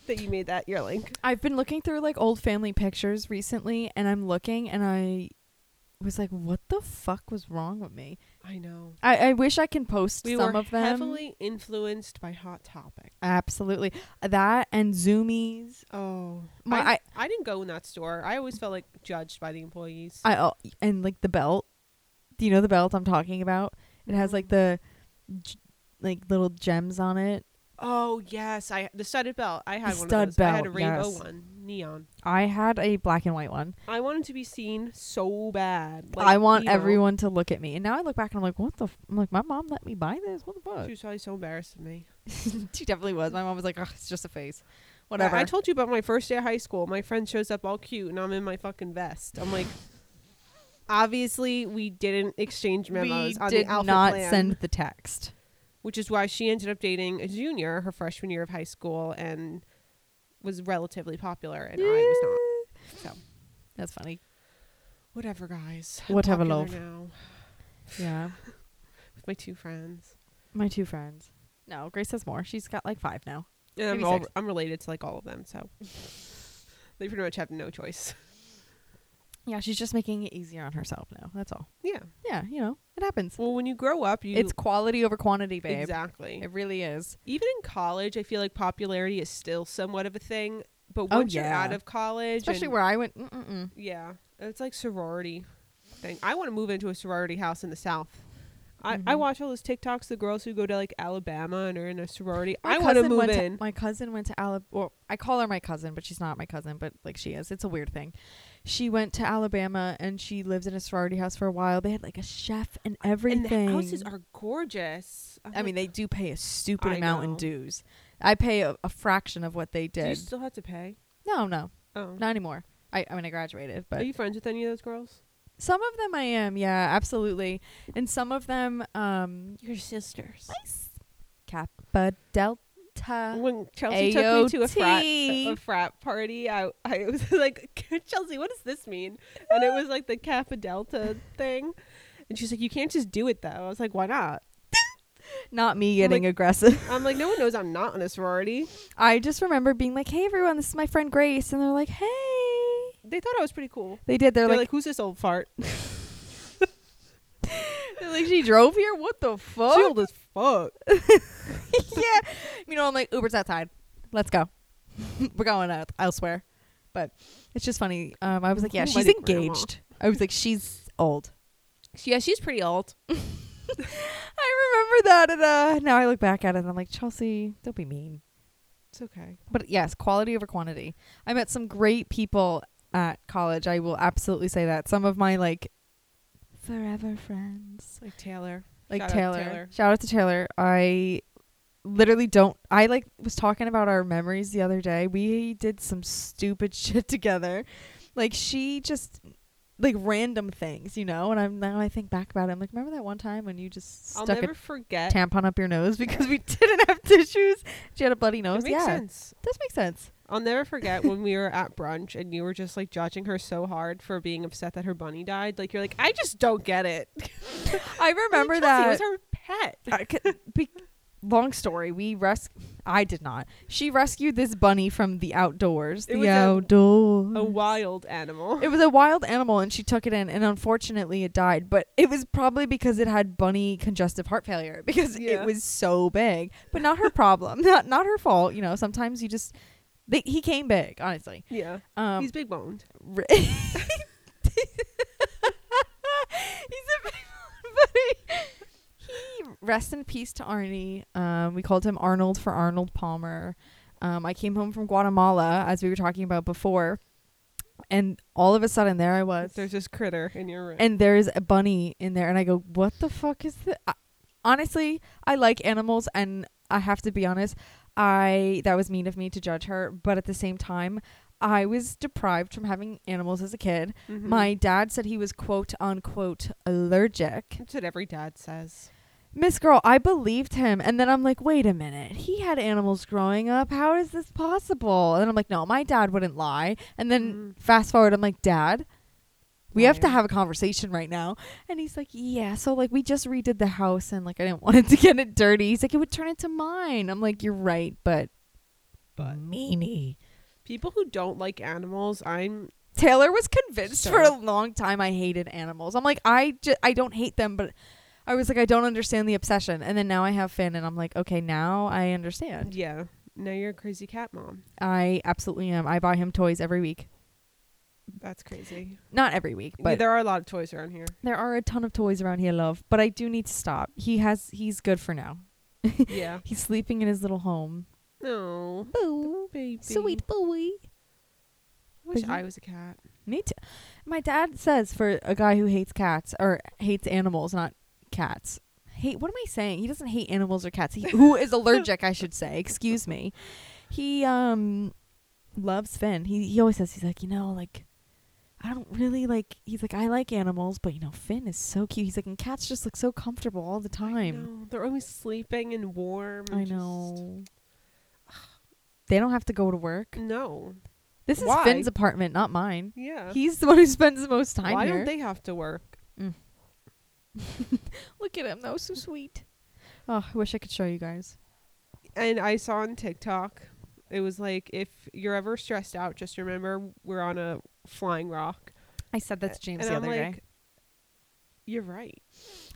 that you made that your link. I've been looking through like old family pictures recently, and I'm looking, and I was like, "What the fuck was wrong with me?" I know. I, I wish I can post We some were of them. heavily influenced by Hot Topic. Absolutely, that and Zoomies. Oh, My I, I didn't go in that store. I always felt like judged by the employees. I, oh, and like the belt. Do you know the belt I'm talking about? It has like the Mm-hmm. j- like little gems on it. oh yes, I the studded belt. I had The one. stud of those. I had a belt, rainbow yes. one, neon. I had a black and white one. I wanted to be seen so bad. Like, I want emo. everyone to look at me. And now I look back and I'm like, what the? F-? I'm like, my mom let me buy this. What the She fuck? was probably so embarrassed of me. she definitely was. My mom was like, oh, it's just a face. Whatever. I, I told you about my first day of high school. My friend shows up all cute, and I'm in my fucking vest. I'm like, obviously we didn't exchange memos we on did the alpha not plan, send the text. which is why she ended up dating a junior her freshman year of high school and was relatively popular, and I was not. So. That's funny. Whatever, guys. Whatever, popular love. Now Yeah. with my two friends. My two friends. No, Grace has more. She's got like five now. And I'm, Maybe all, six. I'm related to like all of them, so they pretty much have no choice. Yeah, she's just making it easier on herself now. That's all. Yeah. Yeah, you know, it happens. Well, when you grow up, you it's quality over quantity, babe. exactly. It really is. Even in college, I feel like popularity is still somewhat of a thing. But Oh, once you're yeah. out of college, Especially and- where I went. Mm-mm-mm. yeah, it's like sorority thing. I want to move into a sorority house in the South. I, I Mhm. watch all those TikToks, the girls who go to like Alabama and are in a sorority. My I want to cousin move went in. my cousin went to Alabama. Well, I call her my cousin, but she's not my cousin, but like she is. It's a weird thing. She went to Alabama and she lived in a sorority house for a while. They had like a chef and and everything. the houses are gorgeous. I'm I mean, like, they do pay a stupid I amount in know. dues. I pay a, a fraction of what they do you did. still have to pay? no, no, Oh, not anymore. I, I mean, I graduated, but are you friends with any of those girls? Some of them I am, yeah, absolutely. And some of them, um, Your sisters. Kappa Delta. Ha. when Chelsea took me to a frat, AOT. a frat party, I, I was like, Chelsea, what does this mean? And it was like the Kappa Delta thing. And she's like, you can't just do it though. I was like, why not? Not me I'm getting aggressive. I'm like, no one knows I'm not in a sorority. I just remember being like, "Hey everyone, this is my friend Grace," and they're like, "Hey." They thought I was pretty cool. They did. They're, They're, like, like, who's this old fart? they're like, she drove here. What the fuck? She old as fuck. yeah. You know, I'm like, Uber's outside. Let's go. We're going out elsewhere. But it's just funny. Um, I was like, yeah, Cool she's buddy, Grandma. engaged. I was like, she's old. Yeah, she's pretty old. I remember that. And uh, now I look back at it and I'm like, Chelsea, don't be mean. It's okay. But yes, quality over quantity. I met some great people at college. I will absolutely say that. Some of my like forever friends. Like Taylor. like Shout out to Taylor. Taylor. Shout out to Taylor. I literally don't. I like was talking about our memories the other day. We did some stupid shit together. Like she just like random things, you know. And I'm now I think back about it. I'm like, remember that one time when you just I'll stuck never a forget. tampon up your nose because we didn't have tissues. She had a bloody It nose. makes yeah, sense. does make sense. I'll never forget when we were at brunch and you were just like judging her so hard for being upset that her bunny died. Like you're like, I just don't get it. I remember Chelsea that. was her pet. I c- be- long story. We res. I did not. She rescued this bunny from the outdoors. It the was a- outdoors. A wild animal. Mm. It was a wild animal, and she took it in, and unfortunately, it died. But it was probably because it had bunny congestive heart failure because Yeah. it was so big. But not her problem. not not her fault. You know, sometimes you just they, he came big. Honestly, Yeah, um, he's big boned. Ri- he's a big buddy. He rest in peace to Arnie. Um, we called him Arnold for Arnold Palmer. Um, I came home from Guatemala, as we were talking about before, and all of a sudden there I was, There's this critter in your room. and there's a bunny in there, and I go, "What the fuck is this?" I, honestly, I like animals, and I have to be honest, I that was mean of me to judge her, but at the same time, I was deprived from having animals as a kid. Mhm. My dad said he was quote unquote allergic. That's what every dad says. Miss Girl, I believed him. And then I'm like, wait a minute. He had animals growing up. How is this possible? And I'm like, no, my dad wouldn't lie. And then fast forward, I'm like, Dad, we have to Liar. have a conversation right now. And he's like, yeah. So, like, we just redid the house and, like, I didn't want it to get it dirty. He's like, it would turn into mine. I'm like, you're right, but. But- meanie. People who don't like animals, I'm Taylor was convinced So- for a long time I hated animals. I'm like, I ju- I don't hate them, but I was like, I don't understand the obsession. And then now I have Finn, and I'm like, okay, now I understand. yeah. Now you're a crazy cat mom. I absolutely am. I buy him toys every week. That's crazy. Not every week, But but there are a lot of toys around here. there are a ton of toys around here, love. But I do need to stop. He has he's good for now. yeah. He's sleeping in his little home. No. Boo, Baby. sweet boy. I wish baby. I was a cat. Me too. My dad says for a guy who hates cats or hates animals, not cats. Hate. What am I saying? He doesn't hate animals or cats. He, who is allergic, I should say. Excuse me. He um loves Finn. He he always says he's like you know like I don't really like. He's like I like animals, but you know Finn is so cute. He's like and cats just look so comfortable all the time. No, they're always sleeping and warm. I know. and just- They don't have to go to work. No. This is Why? Finn's apartment, not mine. Yeah. He's the one who spends the most time Why here. don't they have to work? Look at him though, so sweet. Oh, I wish I could show you guys. And I saw on TikTok, it was like if you're ever stressed out, just remember we're on a flying rock. I said that to James and the I'm other like, day. You're right.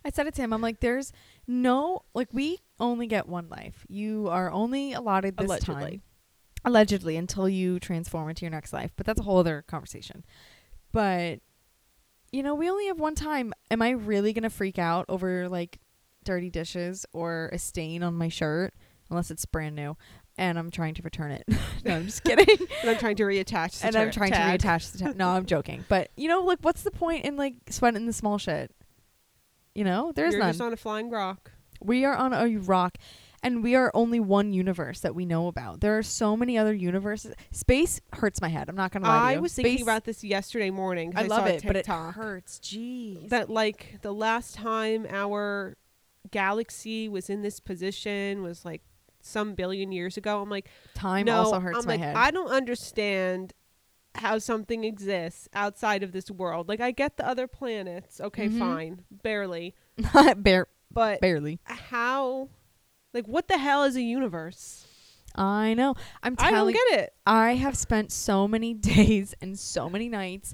I said it to him. I'm like, there's no like we only get one life. You are only allotted this time. Allegedly. Allegedly, until you transform into your next life. But that's a whole other conversation. But you know, we only have one time. Am I really gonna freak out over like dirty dishes or a stain on my shirt? Unless it's brand new and I'm trying to return it. no, I'm just kidding. And I'm trying to reattach. The and I'm tar- trying tag. to reattach the tag. No, I'm joking. But you know, like, what's the point in like sweating the small shit? You know, there's You're none. just on a flying rock. we are on a rock, and we are only one universe that we know about. There are so many other universes. Space hurts my head. I'm not gonna lie. to I you. was thinking Space- about this yesterday morning. 'cause I love saw a it, but it TikTok hurts. Jeez. That like the last time our galaxy was in this position was like some billion years ago. I'm like, Time no, also hurts I'm my like, head. I don't understand how something exists outside of this world. Like, I get the other planets. Okay, Mhm. fine, barely, Bare- but barely. how? Like, what the hell is a universe? I know. I'm I telling don't get it. I have spent so many days and so many nights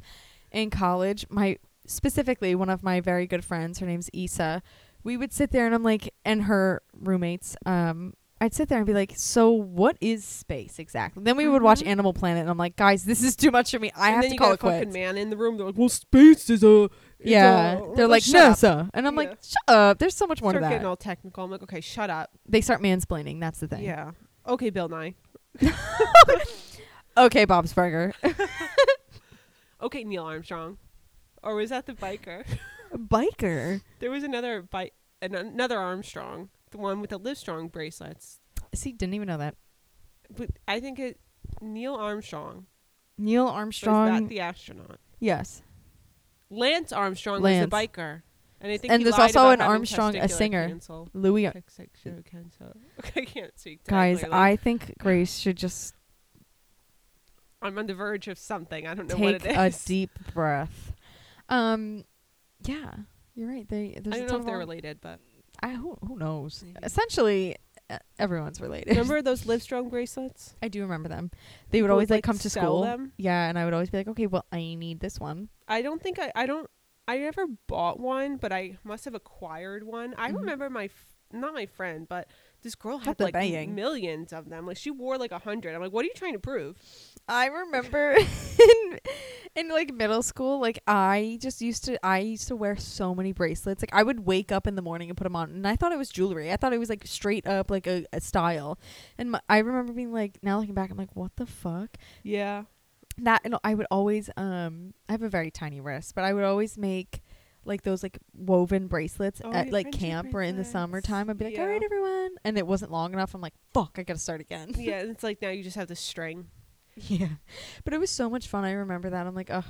in college. My specifically one of my very good friends, her name's Issa. We would sit there and I'm like and her roommates um I'd sit there and be like, "So what is space exactly?" Then we would watch Mhm. Animal Planet and I'm like, "Guys, this is too much for me. I and have then to you call it got a fucking quits." man in the room. They're like, well, space is a is Yeah. a- They're like, shut up. "NASA." And I'm like, Yeah. "Shut up. There's so much more Start to that." getting all technical. I'm like, okay, shut up. they start mansplaining. That's the thing. Yeah. Okay, Bill Nye. Okay, Bob's Burger. Okay, Neil Armstrong. Or was that the biker? Biker. there was another bike, an- another Armstrong, the one with the Livestrong bracelets. See, didn't even know that. But I think it Neil Armstrong Neil was Armstrong. that the astronaut. yes. Lance Armstrong Lance. was the biker. And I think And he there's lied also about an having Armstrong, a testicular singer. Cancer. Louis Testicular cancer. Okay, I can't speak. today, Guys, clearly. I think Grace should just I'm on the verge of something. I don't know what take it a is. deep breath. Um, yeah, you're right. They, I there's a ton don't know of if they're all- related, but I, who, who knows? Maybe. Essentially, uh, everyone's related. remember those Livestrong bracelets? I do remember them. They would People always would, like, like, come to sell school. them? Yeah, and I would always be like, okay, well, I need this one. I don't think I, I don't I never bought one, but I must have acquired one. I Mhm. remember my f- not my friend, but this girl had the like bang. millions of them. Like she wore like a hundred. I'm like, what are you trying to prove? I remember in, in like middle school, like I just used to I used to wear so many bracelets. Like I would wake up in the morning and put them on, and I thought it was jewelry. I thought it was like straight up like a, a style. And my, I remember being like, now looking back, I'm like, what the fuck? Yeah. That and I would always um I have a very tiny wrist, but I would always make like those like woven bracelets Oh, at your like friendship camp or in the bracelets. summertime. I'd be like, all Yeah. right, everyone, and it wasn't long enough. I'm like, fuck, I gotta start again. Yeah, and it's like now you just have the string. Yeah. But it was so much fun. I remember that. I'm like, ugh,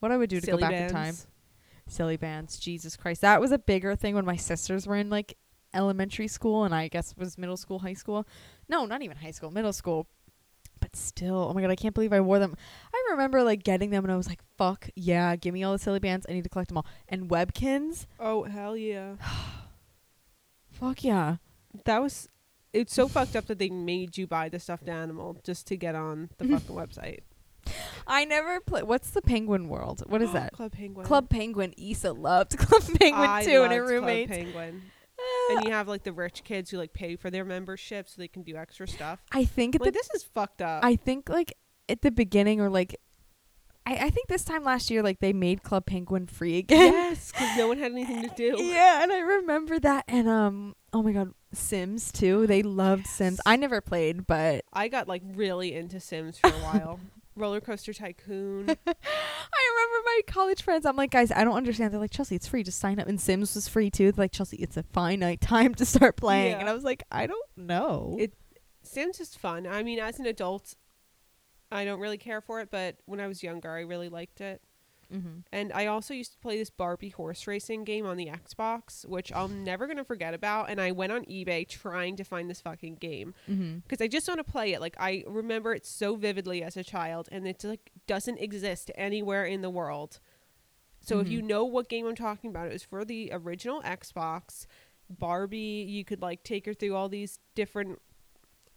what I would do to Silly go back bands. in time. Silly bands. Jesus Christ. That was a bigger thing when my sisters were in like elementary school and I guess was middle school, high school. No, not even high school, middle school. But still, oh my God, I can't believe I wore them. I remember like getting them and I was like, fuck, yeah, give me all the silly bands. I need to collect them all. And Webkins, Oh hell yeah. fuck yeah. That was it's so fucked up that they made you buy the stuffed animal just to get on the Mm-hmm. fucking website. I never play. What's the Penguin World? What is that? Club Penguin. Club Penguin. Issa loved Club Penguin I too and her loved Club roommates. Penguin. Ah. and you have like the rich kids who like pay for their membership so they can do extra stuff. I think at Like the this is fucked up. I think like at the beginning or like I, I think this time last year like they made Club Penguin free again. yes, because no one had anything to do. yeah, and I remember that and um oh my god, Sims too. They loved Sims. Oh, Yes. I never played, but I got like really into Sims for a while. Roller Coaster I Tycoon. remember my college friends. I'm like, guys, I don't understand. They're like, Chelsea, it's free. Just sign up. And Sims was free too. They're like, Chelsea, it's a finite time to start playing. Yeah. And I was like, I don't know. It- Sims is fun. I mean, as an adult, I don't really care for it, but when I was younger, I really liked it. mm-hmm. And I also used to play this Barbie horse racing game on the Xbox, which I'm never going to forget about. And I went on eBay trying to find this fucking game. Mm-hmm. because I just want to play it. Like I remember it so vividly as a child, and it like doesn't exist anywhere in the world. So if Mhm. you know what game I'm talking about, it was for the original Xbox. Barbie, you could like take her through all these different,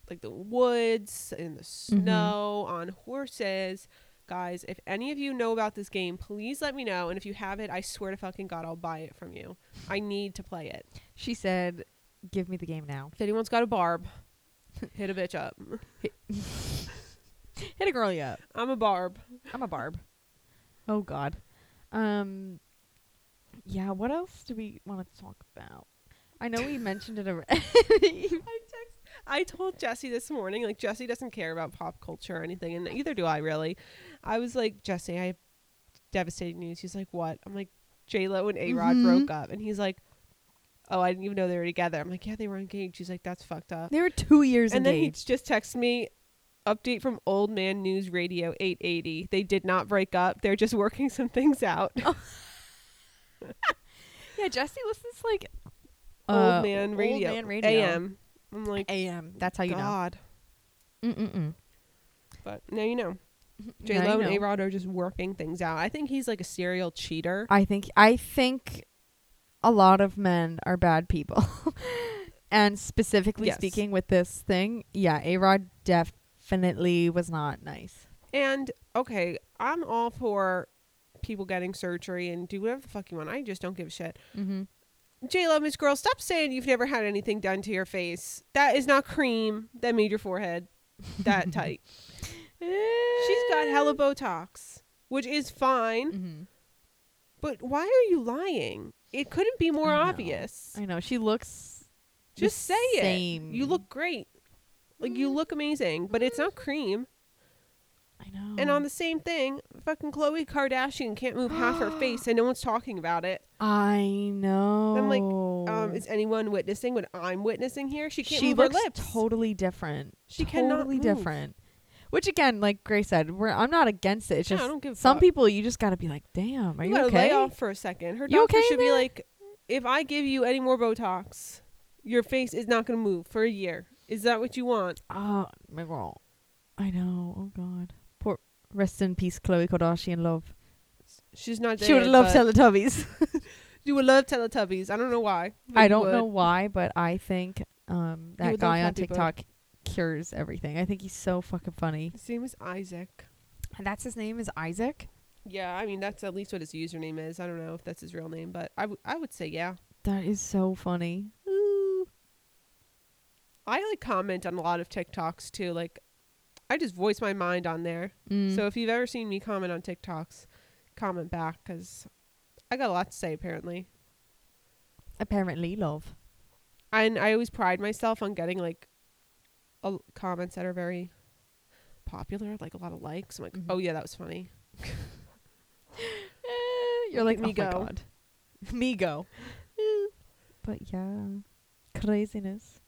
like the woods and the snow on horses. Guys, if any of you know about this game, please let me know. And if you have it, I swear to fucking God, I'll buy it from you. I need to play it. She said, give me the game now. If anyone's got a barb, hit a bitch up. Hit a girlie up. I'm a barb. I'm a barb. Oh God. Um. Yeah. What else do we want to talk about? I know we mentioned it already. I text. I told Jesse this morning, like Jesse doesn't care about pop culture or anything, and neither do I really. I was like, Jesse, I have devastating news. He's like, what? I'm like, J Lo and A Rod Mhm. broke up, and he's like, oh, I didn't even know they were together. I'm like, yeah, they were engaged. He's like, that's fucked up. they were two years and then he engaged. just texted me. Update from Old Man News Radio 880. They did not break up. They're just working some things out. yeah, Jesse listens to, like old Man Radio. Old Uh, man radio. AM. I'm like, a.m. That's how you Mm, God. know. Mm-mm-mm. But now you know. J Now you Lo and know. A Rod are just working things out. I think he's like a serial cheater. I think I think a lot of men are bad people. and specifically Yes. speaking with this thing, yeah, A-Rod definitely was not nice. And okay, I'm all for people getting surgery and do whatever the fuck you want. I just don't give a shit. Mm-hmm. J Lo, Miss Girl, stop saying you've never had anything done to your face. That is not cream that made your forehead that tight. She's got hella Botox, which is fine. Mm-hmm. But why are you lying? It couldn't be more I know. obvious. I know she looks the Just say same. Mm-hmm. it. You look great. Like you look amazing, but it's not cream. I know. And on the same thing, fucking Khloe Kardashian can't move half her face and no one's talking about it. I know. like, Um, is anyone witnessing what I'm witnessing here? She can't she move looks her lips. totally different. She cannot totally move. different. Which again, like Grace said, we're I'm not against it. It's Yeah, I just don't give a some fuck. people you just gotta be like, damn, are you you, gotta okay? lay off for a second. Her You doctor okay should be there? like, if I give you any more Botox, your face is not gonna move for a year. Is that what you want? Oh my girl. I know. Oh god. Poor rest in peace, Chloe Kardashian love. She's not. she would have loved Teletubbies. Teletubbies. She would love Teletubbies. I don't know why. but I you don't would. know why, but I think um that would love guy on Happy Bird. TikTok cures everything. I think he's so fucking funny. His name is Isaac. And that's his name is Isaac. Yeah, I mean that's at least what his username is. I don't know if that's his real name, but I, w- I would say yeah. That is so funny. I like comment on a lot of TikToks too. Like, I just voice my mind on there. Mm. So if you've ever seen me comment on TikToks, comment back because I got a lot to say apparently. apparently love. And I always pride myself on getting like a l comments that are very popular, like a lot of likes. I'm like, Mhm. oh yeah, that was funny. Eh, Oh You're like Look "Oh at me me go. go." Me go. But yeah. Craziness.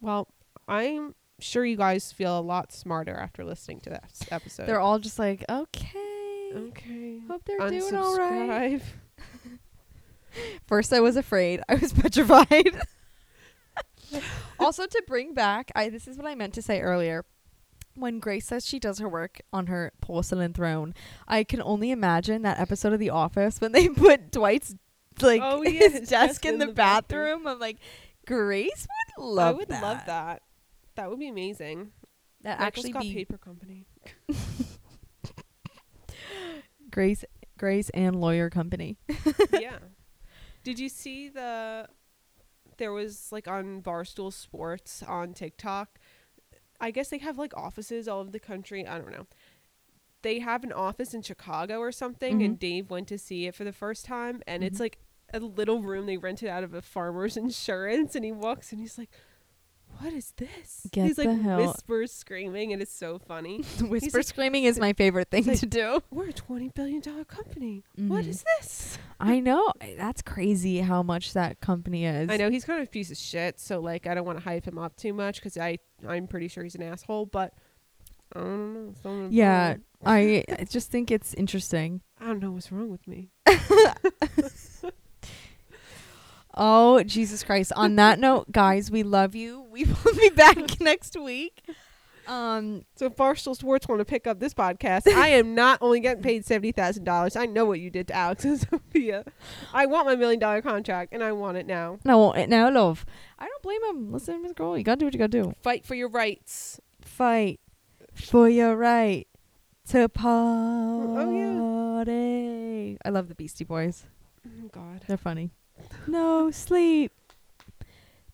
Well, I'm sure you guys feel a lot smarter after listening to this episode. They're all just like, Uh, okay. okay. Hope they're doing all right. Unsubscribe. First, I was afraid. I was petrified. also, to bring back, I this is what I meant to say earlier. When Grace says she does her work on her porcelain throne, I can only imagine that episode of The Office when they put Dwight's like Oh, yeah, his desk in the, bathroom. I'm like, Grace would love. I would love that. That would be amazing. That Michael actually Scott be paper company. Grace, Grace and lawyer company. yeah. Did you see the? There was like on Barstool Sports on TikTok. I guess they have like offices all over the country. I don't know. They have an office in Chicago or something, and Mm-hmm. Dave went to see it for the first time, and it's like a little room they rented out of a farmer's insurance, and he walks and he's like. What is this? Get he's like the hell- whispers screaming, and it's so funny. Whisper like- screaming is my favorite thing like- to do. We're a twenty billion dollar company. Mhm. What is this? Mm-hmm. I know that's crazy how much that company is. I know he's kind of a piece of shit, so like I don't want to hype him up too much because I I'm pretty sure he's an asshole, but I don't know. What's wrong with Yeah, me. I I just think it's interesting. I don't know what's wrong with me. Oh, Jesus Christ. On that note, guys, we love you. We will be back next week. Um, So if Barstool Sports want to pick up this podcast, I am not only getting paid seventy thousand dollars. I know what you did to Alex and Sophia. I want my million dollar contract, and I want it now. no, it now, love. I don't blame him. Listen, Miss Girl, you got to do what you got to do. Fight for your rights. Fight for your right to Oh, party. I love the Beastie Boys. Oh God. They're funny. No sleep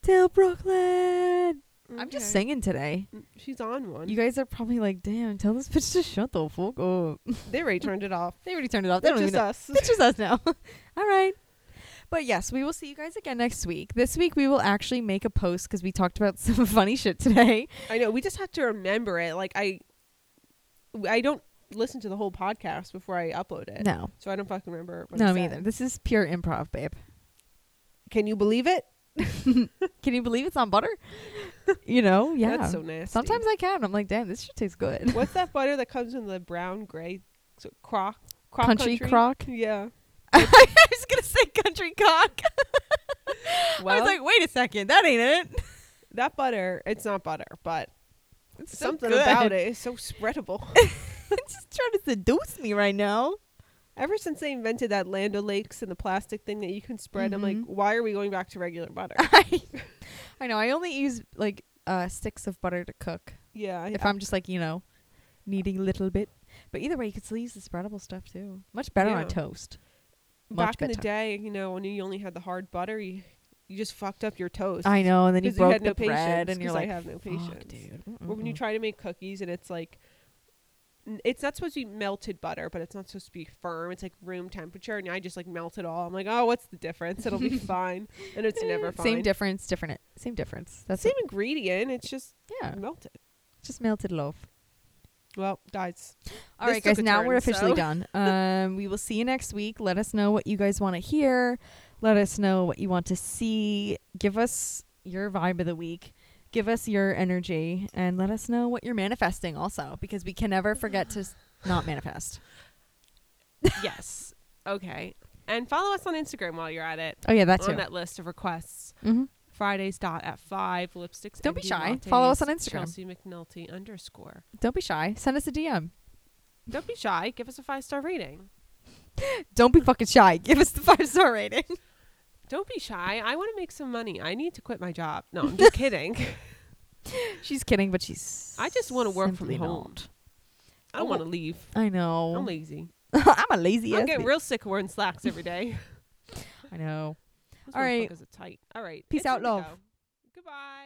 till Brooklyn. I'm just Okay. Mm, singing today. She's on one. You guys are probably like, damn, tell this bitch to shut the fuck up. they already turned it off. They already turned it off. They That's don't just even know. us. It's just us now. All right. But yes, we will see you guys again next week. This week we will actually make a post because we talked about some funny shit today. I know. We just have to remember it. Like I, I don't listen to the whole podcast before I upload it, No, so I don't fucking remember. What I no, me said. either. This is pure improv, babe. Can you believe it? Can you believe it's on butter? you know, yeah. that's so nasty. Sometimes I can. I'm like, damn, this shit tastes good. what's that butter that comes in the brown gray so, crock? Crock Country crock? Yeah. I was gonna say country cock. I Well, was like, wait a second, that ain't it. that butter, it's not butter, but it's so something good. about it. It's so spreadable. Just trying to seduce me right now. Ever since they invented that Land O'Lakes and the plastic thing that you can spread, I'm like, Mhm. why are we going back to regular butter? I, I know. I only use like uh, sticks of butter to cook yeah, I- if I'm just like you know needing a little bit. But either way, you could still use the spreadable stuff too. Much better Yeah. on toast. Much back in the better. day, you know, when you only had the hard butter, you, you just fucked up your toast. I know, and then you Because broke had no the bread, patience, and you're 'cause like, I have no patience. "Fuck, dude." Or when you Mm-mm-mm. try to make cookies and it's like, n- it's not supposed to be melted butter, but it's not supposed to be firm. It's like room temperature, and I just like melt it all. I'm like, oh, what's the difference? It'll be fine, and it's never fine. Same difference, different. Same difference. That's Same it. ingredient. It's just Yeah, melted. just melted loaf. Well, guys, All This right, guys. took a Now we're turn, officially so. done. Um, we will see you next week. Let us know what you guys want to hear. Let us know what you want to see. Give us your vibe of the week. Give us your energy, and let us know what you're manifesting. Also, because we can never forget to s- not manifest. yes, okay, and follow us on Instagram while you're at it. Oh yeah, that too. on that list of requests. hmm Fridays dot at five lipsticks. Don't and be tea shy. Follow us lattes, on Instagram. Chelsea McNulty underscore. Don't be shy. Send us a DM. Don't be shy. Give us a five star rating. Don't be fucking shy. Give us the five star rating. Don't be shy. I want to make some money. I need to quit my job. No, I'm just kidding. She's kidding, but she's. I just wanna work from simply home. not. I don't want to leave. I know. I'm lazy. I'm a lazy. I'm ass getting bitch. real sick of wearing slacks every day. I know. Those All right. motherfuckers are tight. All right. Peace It's time out, to love. go. Goodbye.